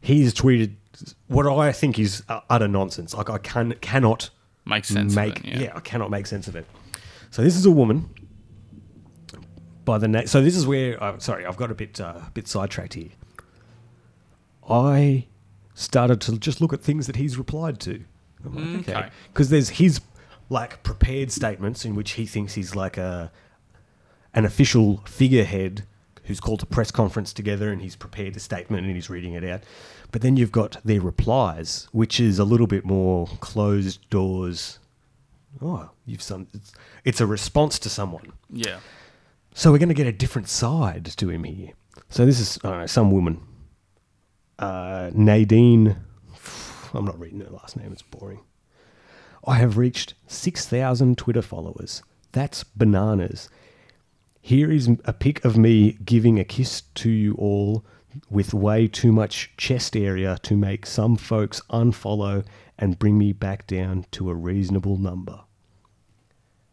Speaker 3: He's tweeted what I think is uh, utter nonsense. Like I can cannot
Speaker 1: Makes sense.
Speaker 3: make
Speaker 1: then, yeah.
Speaker 3: I cannot make sense of it. So this is a woman by the name. So this is where uh, sorry, I've got a bit uh, bit sidetracked here. I started to just look at things that he's replied to. I'm like,
Speaker 1: Mm, Okay.
Speaker 3: okay, because there's his like prepared statements in which he thinks he's like a an official figurehead who's called a press conference together and he's prepared a statement and he's reading it out. But then you've got their replies, which is a little bit more closed doors. Oh, you've some. It's, it's a response to someone.
Speaker 1: Yeah.
Speaker 3: So we're going to get a different side to him here. So this is I don't know, some woman, uh, Nadine. I'm not reading her last name; it's boring. I have reached six thousand Twitter followers. That's bananas. Here is a pic of me giving a kiss to you all with way too much chest area to make some folks unfollow and bring me back down to a reasonable number.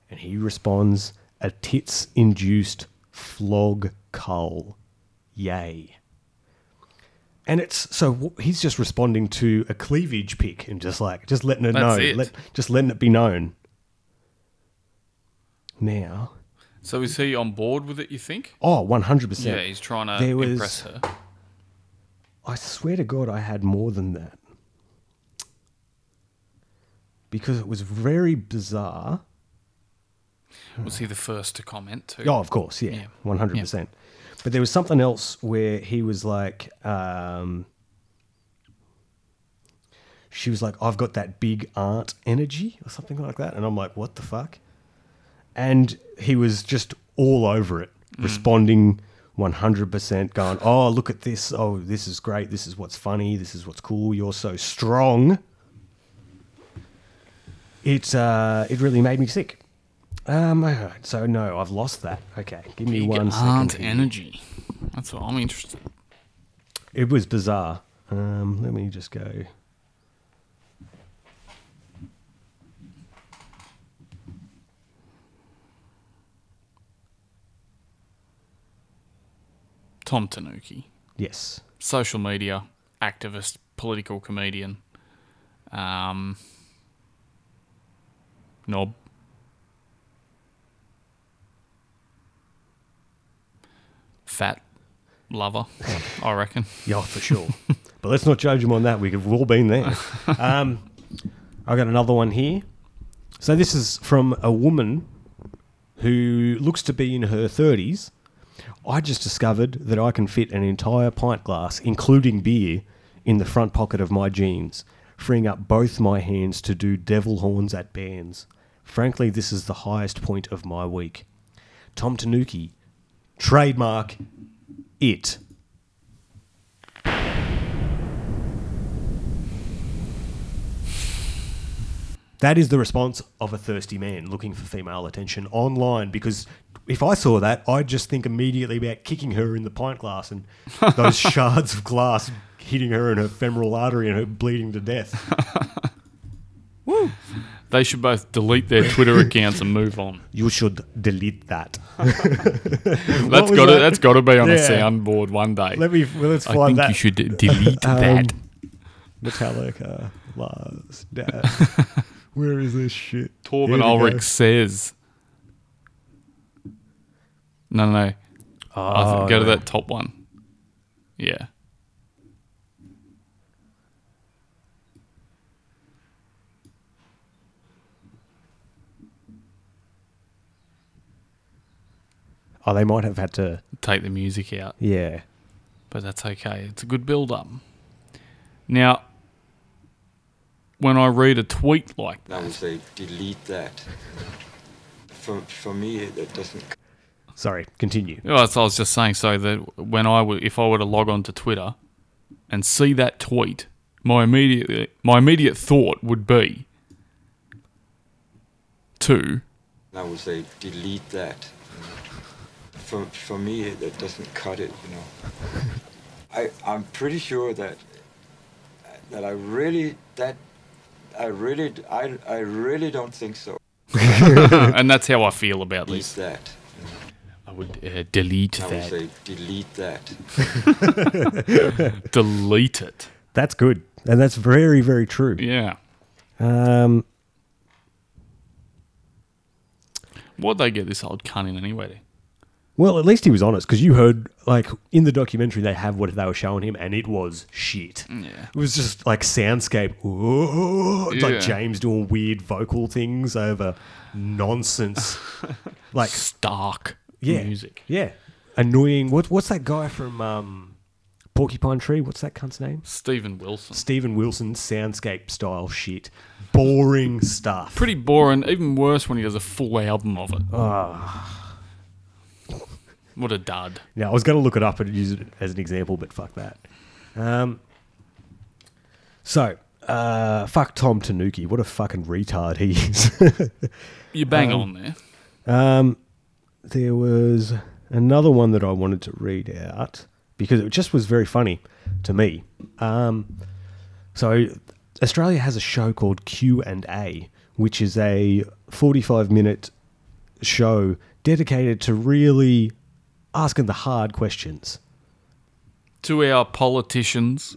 Speaker 3: And he responds, a tits induced flog cull. Yay. And it's so w- he's just responding to a cleavage pic and just like, just letting it
Speaker 1: That's
Speaker 3: know,
Speaker 1: it.
Speaker 3: Let, just letting it be known. Now,
Speaker 1: So is he on board with it? You think?
Speaker 3: oh, 100%.
Speaker 1: Yeah, he's trying to
Speaker 3: There was-
Speaker 1: impress her.
Speaker 3: I swear to God, I had more than that. Because it was very bizarre.
Speaker 1: Was he the first to comment too?
Speaker 3: Oh, of course, yeah,
Speaker 1: Yeah.
Speaker 3: one hundred percent. But there was something else where he was like, um, she was like, "I've got that big aunt energy" or something like that, and I'm like, "What the fuck?" And he was just all over it,
Speaker 1: Mm-hmm.
Speaker 3: responding one hundred percent, going, "Oh, look at this! Oh, this is great! This is what's funny! This is what's cool! You're so strong!" It uh, it really made me sick. Um, all right. So no, I've lost that. Okay, give me
Speaker 1: Big
Speaker 3: one second.
Speaker 1: aunt
Speaker 3: here.
Speaker 1: energy. That's what I'm interested.
Speaker 3: It was bizarre. Um, let me just go.
Speaker 1: Tom Tanuki,
Speaker 3: Yes.
Speaker 1: social media activist, political comedian, um, knob. Fat lover, I reckon.
Speaker 3: Yeah, for sure. but let's not judge him on that. We've all been there. Um, I got another one here. So this is from a woman who looks to be in her thirties. I just discovered that I can fit an entire pint glass, including beer, in the front pocket of my jeans, freeing up both my hands to do devil horns at bands. Frankly, this is the highest point of my week. Tom Tanuki, trademark it. That is the response of a thirsty man looking for female attention online because if I saw that, I'd just think immediately about kicking her in the pint glass and those shards of glass hitting her in her femoral artery and her bleeding to death.
Speaker 1: They should both delete their Twitter accounts and move on.
Speaker 3: You should delete that.
Speaker 1: That's got to
Speaker 3: that?
Speaker 1: that's got to be on a
Speaker 3: Yeah.
Speaker 1: soundboard one day.
Speaker 3: Let me. Well, let's
Speaker 1: I
Speaker 3: find
Speaker 1: think
Speaker 3: that.
Speaker 1: you should d- delete
Speaker 3: Um,
Speaker 1: that.
Speaker 3: Metallica, Lars, Dad. Where is this shit? Here
Speaker 1: Torben
Speaker 3: we
Speaker 1: Ulrich
Speaker 3: go.
Speaker 1: says. No, no, no. I
Speaker 3: Oh,
Speaker 1: think, go to that top one. Yeah.
Speaker 3: Oh, they might have had to.
Speaker 1: Take the music out.
Speaker 3: Yeah.
Speaker 1: but that's okay. It's a good build up. Now, when I read a tweet like that,
Speaker 10: I would say delete that. For, for me, that doesn't
Speaker 3: Sorry. Continue.
Speaker 1: well, so oh, I was just saying, so that when I would, if I were to log on to Twitter and see that tweet, my immediate my immediate thought would be to
Speaker 10: I would say delete that. For, for me, that doesn't cut it, you know. I, I'm pretty sure that that I really that I really I, I really don't think so.
Speaker 1: and that's how I feel about
Speaker 10: Delete
Speaker 1: this.
Speaker 10: that.
Speaker 1: I would uh, delete
Speaker 10: I would
Speaker 1: that.
Speaker 10: say delete that.
Speaker 1: Delete it.
Speaker 3: That's good, and that's very, very true.
Speaker 1: Yeah.
Speaker 3: Um.
Speaker 1: Why'd they get this old cunt in anyway?
Speaker 3: Well, at least he was honest because you heard, like, in the documentary, they have what they were showing him, and it was shit.
Speaker 1: Mm, Yeah.
Speaker 3: It was just like soundscape. Ooh, it's
Speaker 1: Yeah.
Speaker 3: Like James doing weird vocal things over nonsense. like,
Speaker 1: Stark
Speaker 3: yeah.
Speaker 1: music.
Speaker 3: Yeah. Annoying. What, what's that guy from um, Porcupine Tree? What's that cunt's name?
Speaker 1: Stephen Wilson.
Speaker 3: Stephen Wilson soundscape style shit. Boring stuff.
Speaker 1: pretty boring. Even worse when he does a full album of it.
Speaker 3: Ah.
Speaker 1: What a dud.
Speaker 3: Yeah, I was going to look it up and use it as an example, but fuck that. Um, so, uh, fuck Tom Tanuki. What a fucking retard he is.
Speaker 1: You bang on there.
Speaker 3: um, there was another one that I wanted to read out because it just was very funny to me. Um, so, Australia has a show called Q and A, which is a forty-five minute show dedicated to really asking the hard questions.
Speaker 1: To our politicians,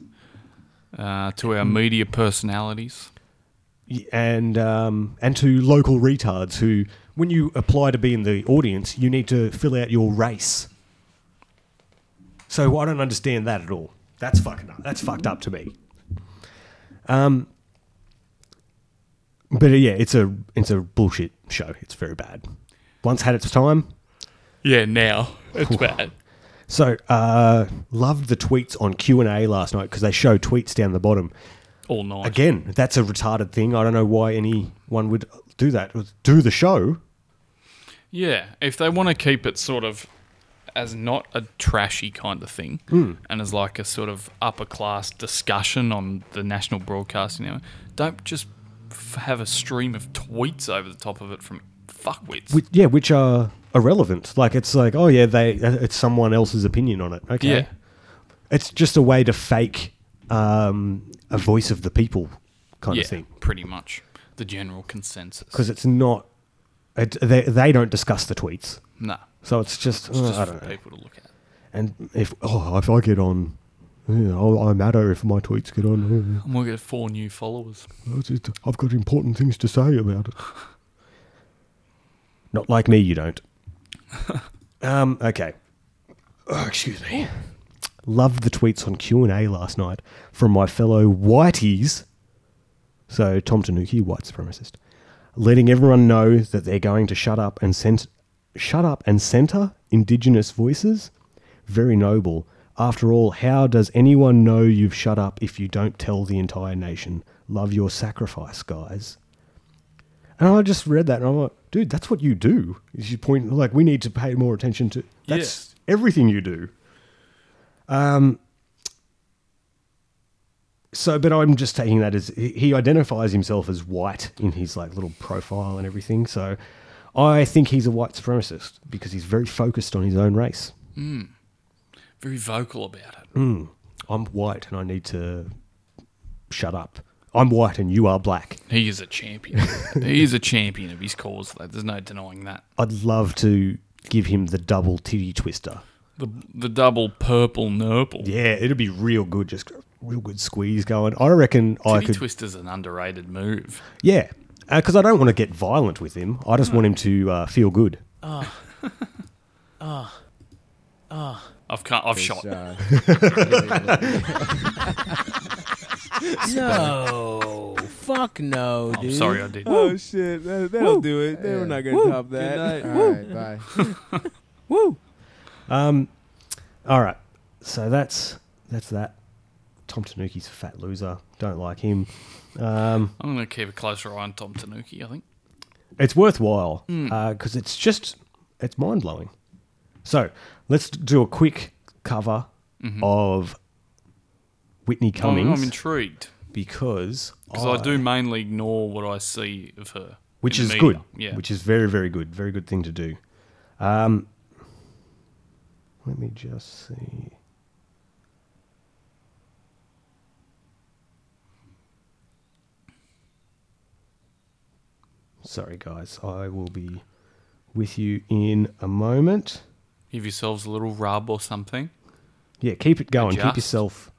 Speaker 1: uh, to our media personalities.
Speaker 3: and um, and to local retards who, when you apply to be in the audience, you need to fill out your race. So I don't understand that at all. That's fucking up. That's fucked up to me. Um, but uh, yeah, it's a it's a bullshit show. It's very bad. Once had its time.
Speaker 1: Yeah, now. It's bad.
Speaker 3: So uh, loved the tweets on Q and A last night because they show tweets down the bottom.
Speaker 1: All night.
Speaker 3: Again, that's a retarded thing. I don't know why anyone would do that. Do the show.
Speaker 1: Yeah, if they want to keep it sort of as not a trashy kind of thing
Speaker 3: Hmm.
Speaker 1: and as like a sort of upper class discussion on the national broadcasting network, don't just f- have a stream of tweets over the top of it from fuckwits.
Speaker 3: Which, yeah, which are irrelevant. Like it's like, oh yeah, they it's someone else's opinion on it. Okay,
Speaker 1: yeah.
Speaker 3: it's just a way to fake um, a voice of the people kind of thing
Speaker 1: pretty much the general consensus.
Speaker 3: because it's not. It, they they don't discuss the tweets,
Speaker 1: no,
Speaker 3: so it's just,
Speaker 1: it's
Speaker 3: uh,
Speaker 1: just
Speaker 3: I
Speaker 1: for
Speaker 3: Uh, don't know.
Speaker 1: people to look at.
Speaker 3: And if oh, if I get on, you know, I matter if my tweets get on.
Speaker 1: And we'll get four new followers.
Speaker 3: Well, it's just- I've got important things to say about it. Not like me, you don't. um, okay. Oh, excuse me. Loved the tweets on Q and A last night from my fellow whiteys. So Tom Tanuki, white supremacist, letting everyone know that they're going to shut up and cent- shut up and center Indigenous voices. Very noble. After all, how does anyone know you've shut up if you don't tell the entire nation? Love your sacrifice, guys. And I just read that and I'm like, dude, that's what you do. Is you point like we need to pay more attention to that's everything you do. Um so but I'm just taking that as he he identifies himself as white in his like little profile and everything. So I think he's a white supremacist because he's very focused on his own race.
Speaker 1: Very vocal about it.
Speaker 3: Hmm. I'm white and I need to shut up. I'm white and you are black.
Speaker 1: He is a champion. he is a champion of his cause. Though. There's no denying that.
Speaker 3: I'd love to give him the double titty twister.
Speaker 1: The the double purple nurple.
Speaker 3: Yeah, it'd be real good. Just a real good squeeze going. I reckon I
Speaker 1: Titty
Speaker 3: could.
Speaker 1: twister's an underrated move.
Speaker 3: Yeah, because I don't want to get violent with him. I just want him to uh, feel good.
Speaker 1: I've can't, I've shot.
Speaker 2: No, fuck no, dude.
Speaker 1: I'm sorry I did.
Speaker 2: Woo.
Speaker 8: shit, that, will do it.
Speaker 2: They were not gonna Woo. top that.
Speaker 8: Good night.
Speaker 2: Woo.
Speaker 8: bye.
Speaker 2: Woo.
Speaker 3: All right, so that's that's that. Tom Tanuki's a fat loser. Don't like him.
Speaker 1: I'm going to keep a closer eye on Tom Tanuki, I think.
Speaker 3: It's worthwhile
Speaker 1: Hmm.
Speaker 3: because it's just it's mind blowing. So let's do a quick cover of Whitney
Speaker 1: Mm-hmm. Oh, I'm, I'm
Speaker 3: Cummings
Speaker 1: intrigued
Speaker 3: because
Speaker 1: because I do mainly ignore what I see of her.
Speaker 3: which
Speaker 1: in
Speaker 3: is
Speaker 1: the media.
Speaker 3: good.
Speaker 1: Yeah.
Speaker 3: Which is very, very good. Very good thing to do. Um, let me just see. Sorry, guys. I will be with you in a moment.
Speaker 1: Give yourselves a little rub or something.
Speaker 3: Yeah, keep it going. Keep
Speaker 1: Adjust.
Speaker 3: yourself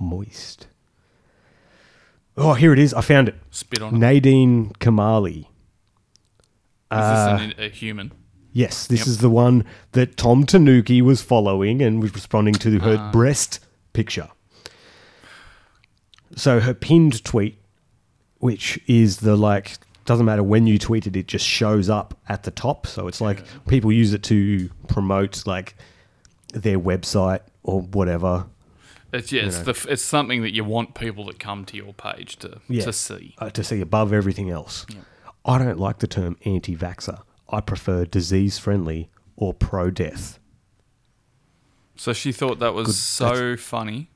Speaker 3: moist. Oh, here it is. I found it.
Speaker 1: Spit on it.
Speaker 3: Nadine Kamali.
Speaker 1: is this an, a human?
Speaker 3: Yes, this is the one that Tom Tanuki was following and was responding to her breast picture. So her pinned tweet, which is the like, doesn't matter when you tweet it, it just shows up at the top. So it's like people use it to promote like their website or whatever.
Speaker 1: It's yeah, it's the f it's something that you want people that come to your page to
Speaker 3: Yeah.
Speaker 1: to see.
Speaker 3: uh, to see above everything else. I don't like the term anti vaxxer. I prefer disease friendly or pro death.
Speaker 1: So she thought that was so funny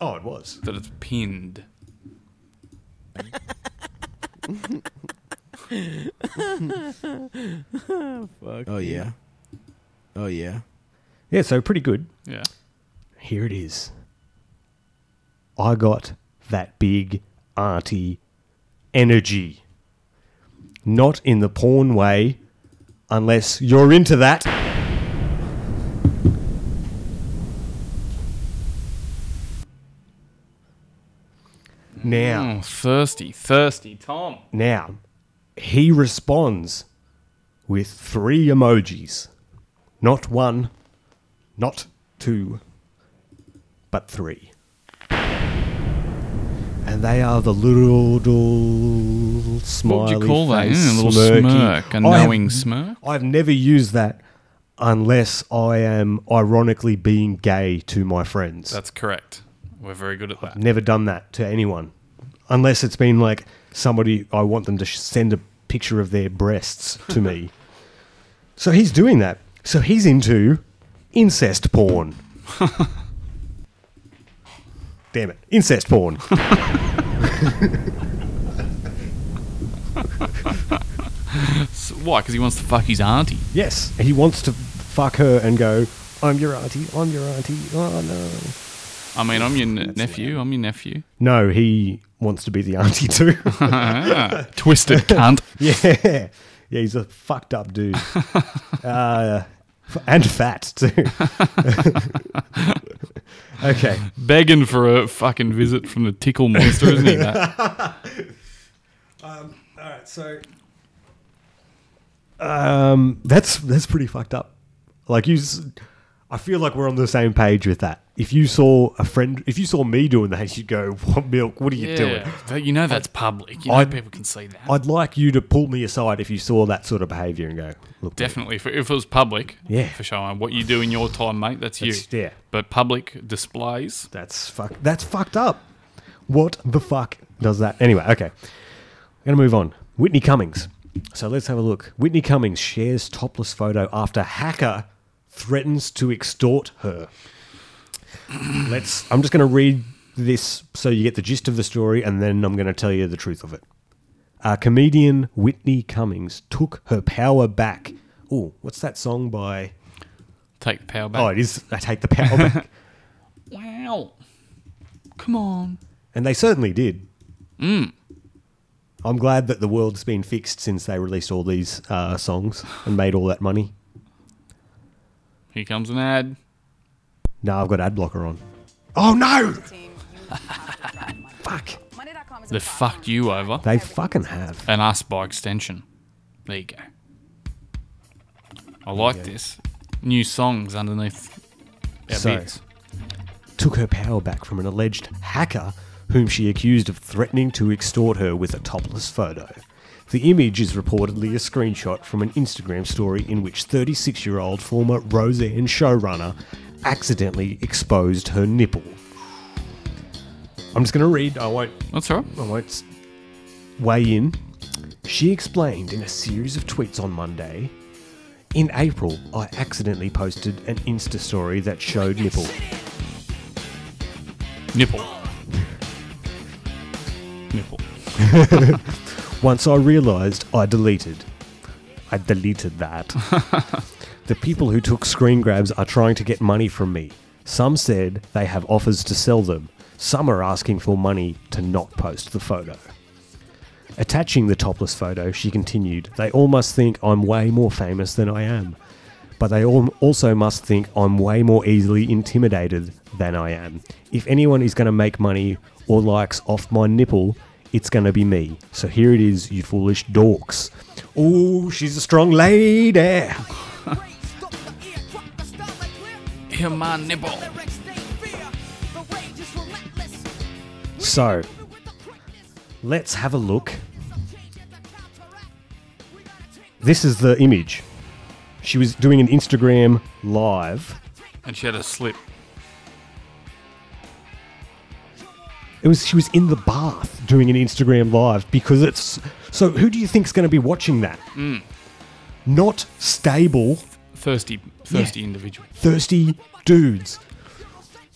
Speaker 3: Oh, it was.
Speaker 1: that it's pinned.
Speaker 2: Oh yeah. Oh yeah.
Speaker 3: Yeah, so pretty good.
Speaker 1: Yeah.
Speaker 3: Here it is. I got that big auntie energy. Not in the porn way, unless you're into that. Now,
Speaker 1: Oh, thirsty, thirsty Tom.
Speaker 3: now, he responds with three emojis. Not one, not two, but three. And they are the little smiley
Speaker 1: What would you call that?
Speaker 3: face,
Speaker 1: Yeah, a little
Speaker 3: smirky.
Speaker 1: smirk, a
Speaker 3: I
Speaker 1: knowing
Speaker 3: have-
Speaker 1: smirk.
Speaker 3: I've never used that unless I am ironically being gay to my friends.
Speaker 1: That's correct. We're very good at that.
Speaker 3: Never done that to anyone, unless it's been like somebody I want them to sh- send a picture of their breasts to me. so he's doing that. So he's into incest porn. Damn it, incest porn.
Speaker 1: So, why? Because he wants to fuck his auntie.
Speaker 3: yes, he wants to fuck her and go. I'm your auntie. I'm your auntie. Oh no.
Speaker 1: I mean, I'm your n- nephew. I'm your nephew.
Speaker 3: No, he wants to be the auntie too.
Speaker 1: Ah, twisted cunt.
Speaker 3: Yeah, yeah, he's a fucked up dude, uh, f- and fat too. okay,
Speaker 1: Begging for a fucking visit from the tickle monster, isn't he? Matt?
Speaker 3: all right, so um, that's that's pretty fucked up. Like you, s- I feel like we're on the same page with that. If you saw a friend, if you saw me doing that, you'd go, "What milk? What are you doing?"
Speaker 1: Yeah. That- You know that's public. You know
Speaker 3: I'd-
Speaker 1: people can see that.
Speaker 3: I'd like you to pull me aside if you saw that sort of behaviour and go, "Look, mate,
Speaker 1: Definitely. If, if it was public,
Speaker 3: Yeah.
Speaker 1: for sure. What you do in your time, mate, that's you.
Speaker 3: That's- yeah.
Speaker 1: But public displays,
Speaker 3: That's fuck. That's fucked up. What the fuck does that? Anyway, okay. I'm gonna move on. Whitney Cummings. So let's have a look. Whitney Cummings shares topless photo after hacker threatens to extort her. Let's. I'm just gonna read this so you get the gist of the story, and then I'm gonna tell you the truth of it. Uh, comedian Whitney Cummings took her power back. Oh, what's that song by?
Speaker 1: take the power
Speaker 3: Oh,
Speaker 1: back.
Speaker 3: it is. I take the power back.
Speaker 1: Wow. Come on.
Speaker 3: And they certainly did. I'm glad that the world's been fixed since they released all these uh, songs and made all that money.
Speaker 1: Here comes an ad.
Speaker 3: Now I've got ad blocker on. Oh no! Fuck.
Speaker 6: Monday.com is a
Speaker 1: They
Speaker 6: platform
Speaker 1: fucked you over.
Speaker 3: They fucking have.
Speaker 1: And us by extension. There you go. I like this. New songs underneath our
Speaker 3: So-
Speaker 1: bits.
Speaker 3: Took her power back from an alleged hacker whom she accused of threatening to extort her with a topless photo. The image is reportedly a screenshot from an Instagram story in which 36 year old former Roseanne showrunner accidentally exposed her nipple. I'm just going to read, I won't
Speaker 1: That's all right.
Speaker 3: I won't s- weigh in. She explained in a series of tweets on Monday. In April, I accidentally posted an Insta story that showed nipple.
Speaker 1: Nipple. Nipple.
Speaker 3: Once I realised, I deleted. I deleted that. the people who took screen grabs are trying to get money from me. Some said they have offers to sell them. Some are asking for money to not post the photo. Attaching the topless photo, she continued, they all must think I'm way more famous than I am. But they all also must think I'm way more easily intimidated than I am. If anyone is going to make money or likes off my nipple, it's going to be me. So here it is, you foolish dorks. Oh, she's a strong lady.
Speaker 1: Hear my nipple.
Speaker 3: So, let's have a look. This is the image. She was doing an Instagram live.
Speaker 1: And she had a slip.
Speaker 3: It was she was in the bath doing an Instagram live because it's so who do you think's going to be watching that? Not stable,
Speaker 1: Thirsty, thirsty individual.
Speaker 3: thirsty dudes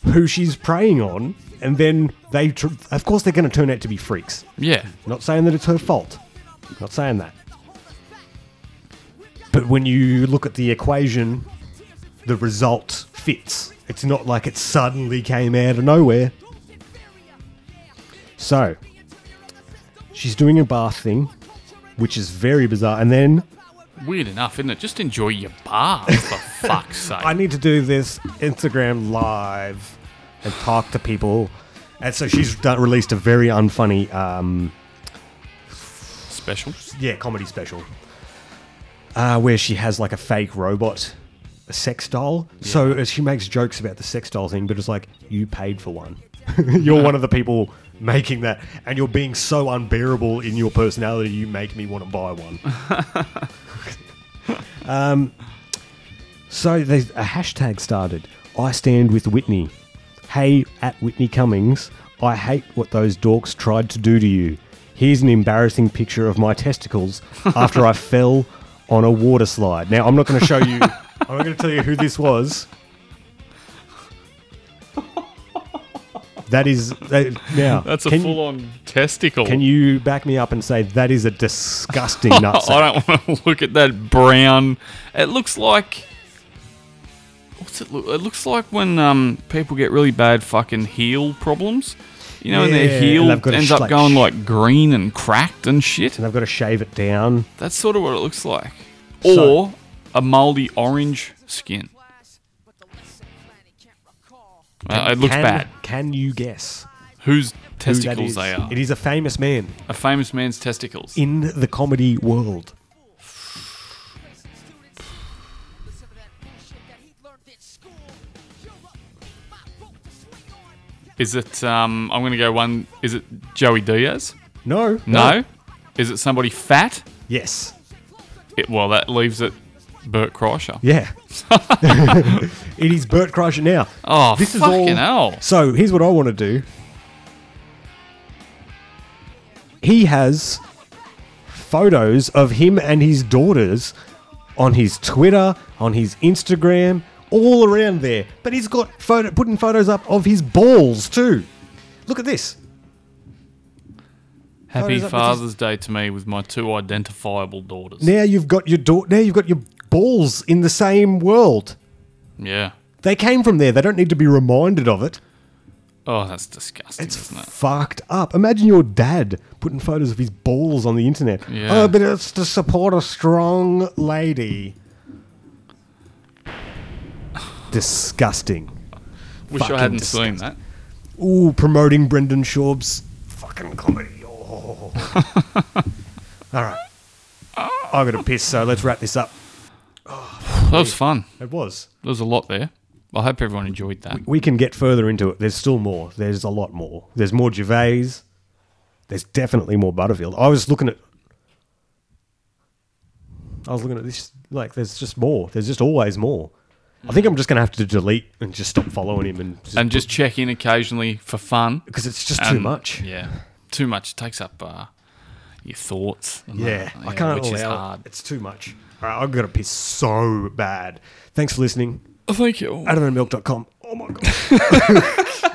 Speaker 3: who she's preying on and then they tr- of course they're going to turn out to be freaks.
Speaker 1: Yeah.
Speaker 3: Not saying that it's her fault. Not saying that. But when you look at the equation, the result fits. It's not like it suddenly came out of nowhere. So, she's doing a bath thing, which is very bizarre. And then
Speaker 1: Weird enough, isn't it? Just enjoy your bar, for fuck's sake.
Speaker 3: I need to do this Instagram live and talk to people. And so she's done, released a very unfunny um,
Speaker 1: Special.
Speaker 3: yeah, comedy special, uh, where she has like a fake robot, a sex doll. So uh, she makes jokes about the sex doll thing, but it's like you paid for one. you're one of the people making that, and you're being so unbearable in your personality, you make me want to buy one. um, so there's a hashtag started. I stand with Whitney. Hey, at Whitney Cummings, I hate what those dorks tried to do to you. Here's an embarrassing picture of my testicles after I fell on a water slide. Now, I'm not going to show you, I'm not going to tell you who this was. That is, that, now.
Speaker 1: That's a
Speaker 3: can-
Speaker 1: full on testicle.
Speaker 3: Can you back me up and say that is a disgusting
Speaker 1: I don't
Speaker 3: nutsack?
Speaker 1: want to look at that brown. It looks like. What's it look? It looks like when um, people get really bad fucking heel problems. You know, and
Speaker 3: Yeah,
Speaker 1: their
Speaker 3: and
Speaker 1: heel
Speaker 3: they've got a
Speaker 1: ends up
Speaker 3: like
Speaker 1: going
Speaker 3: sh-
Speaker 1: like green and cracked and shit.
Speaker 3: And I've got to shave it down.
Speaker 1: That's sort of what it looks like.
Speaker 3: So-
Speaker 1: Or a mouldy orange skin. Uh, it looks
Speaker 3: Can-
Speaker 1: bad.
Speaker 3: Can you guess
Speaker 1: Whose
Speaker 3: who that
Speaker 1: testicles
Speaker 3: is?
Speaker 1: they are?
Speaker 3: It is a famous man
Speaker 1: A famous man's testicles.
Speaker 3: in the comedy world.
Speaker 1: Is it? Um, I'm gonna go one. Is it Joey Diaz?
Speaker 3: No.
Speaker 1: No. Is it somebody fat?
Speaker 3: Yes.
Speaker 1: It, well, that leaves it Bert Kreischer.
Speaker 3: Yeah. it is Bert Kreischer now.
Speaker 1: Oh,
Speaker 3: This is
Speaker 1: fucking
Speaker 3: all-
Speaker 1: hell.
Speaker 3: So here's what I want to do. He has photos of him and his daughters on his Twitter, on his Instagram, all around there. But he's got photo putting photos up of his balls too. Look at this.
Speaker 1: Happy
Speaker 3: Photos up with
Speaker 1: Father's Day to me with my two identifiable daughters.
Speaker 3: Now you've got your daughter. Now you've got your balls in the same world.
Speaker 1: yeah.
Speaker 3: They came from there. They don't need to be reminded of it.
Speaker 1: Oh, that's disgusting, isn't it?
Speaker 3: Fucked up. Imagine your dad putting photos of his balls on the internet.
Speaker 1: Yeah.
Speaker 3: Oh, but it's to support a strong lady. Disgusting.
Speaker 1: Wish
Speaker 3: Fucking
Speaker 1: I hadn't
Speaker 3: disgusting.
Speaker 1: seen that.
Speaker 3: Ooh, promoting Brendan Schaub's fucking comedy. Oh. All right. I'm going to piss, so let's wrap this up.
Speaker 1: That was fun.
Speaker 3: It was.
Speaker 1: There was a lot there. I hope everyone enjoyed that.
Speaker 3: We can get further into it. There's still more. There's a lot more. There's more Gervais. There's definitely more Butterfield. I was looking at. I was looking at this. Like, there's just more. There's just always more. I think I'm just going to have to delete and just stop following him and
Speaker 1: And just check in occasionally for fun.
Speaker 3: because it's just too
Speaker 1: And-
Speaker 3: much.
Speaker 1: Yeah, too much. It takes up uh, your thoughts. and
Speaker 3: Yeah,
Speaker 1: that,
Speaker 3: I can't
Speaker 1: Which
Speaker 3: allow
Speaker 1: is
Speaker 3: it.
Speaker 1: hard.
Speaker 3: It's too much. All right, I've got to piss so bad. Thanks for listening.
Speaker 1: Thank you.
Speaker 3: Adamandmilk.com. Oh my god.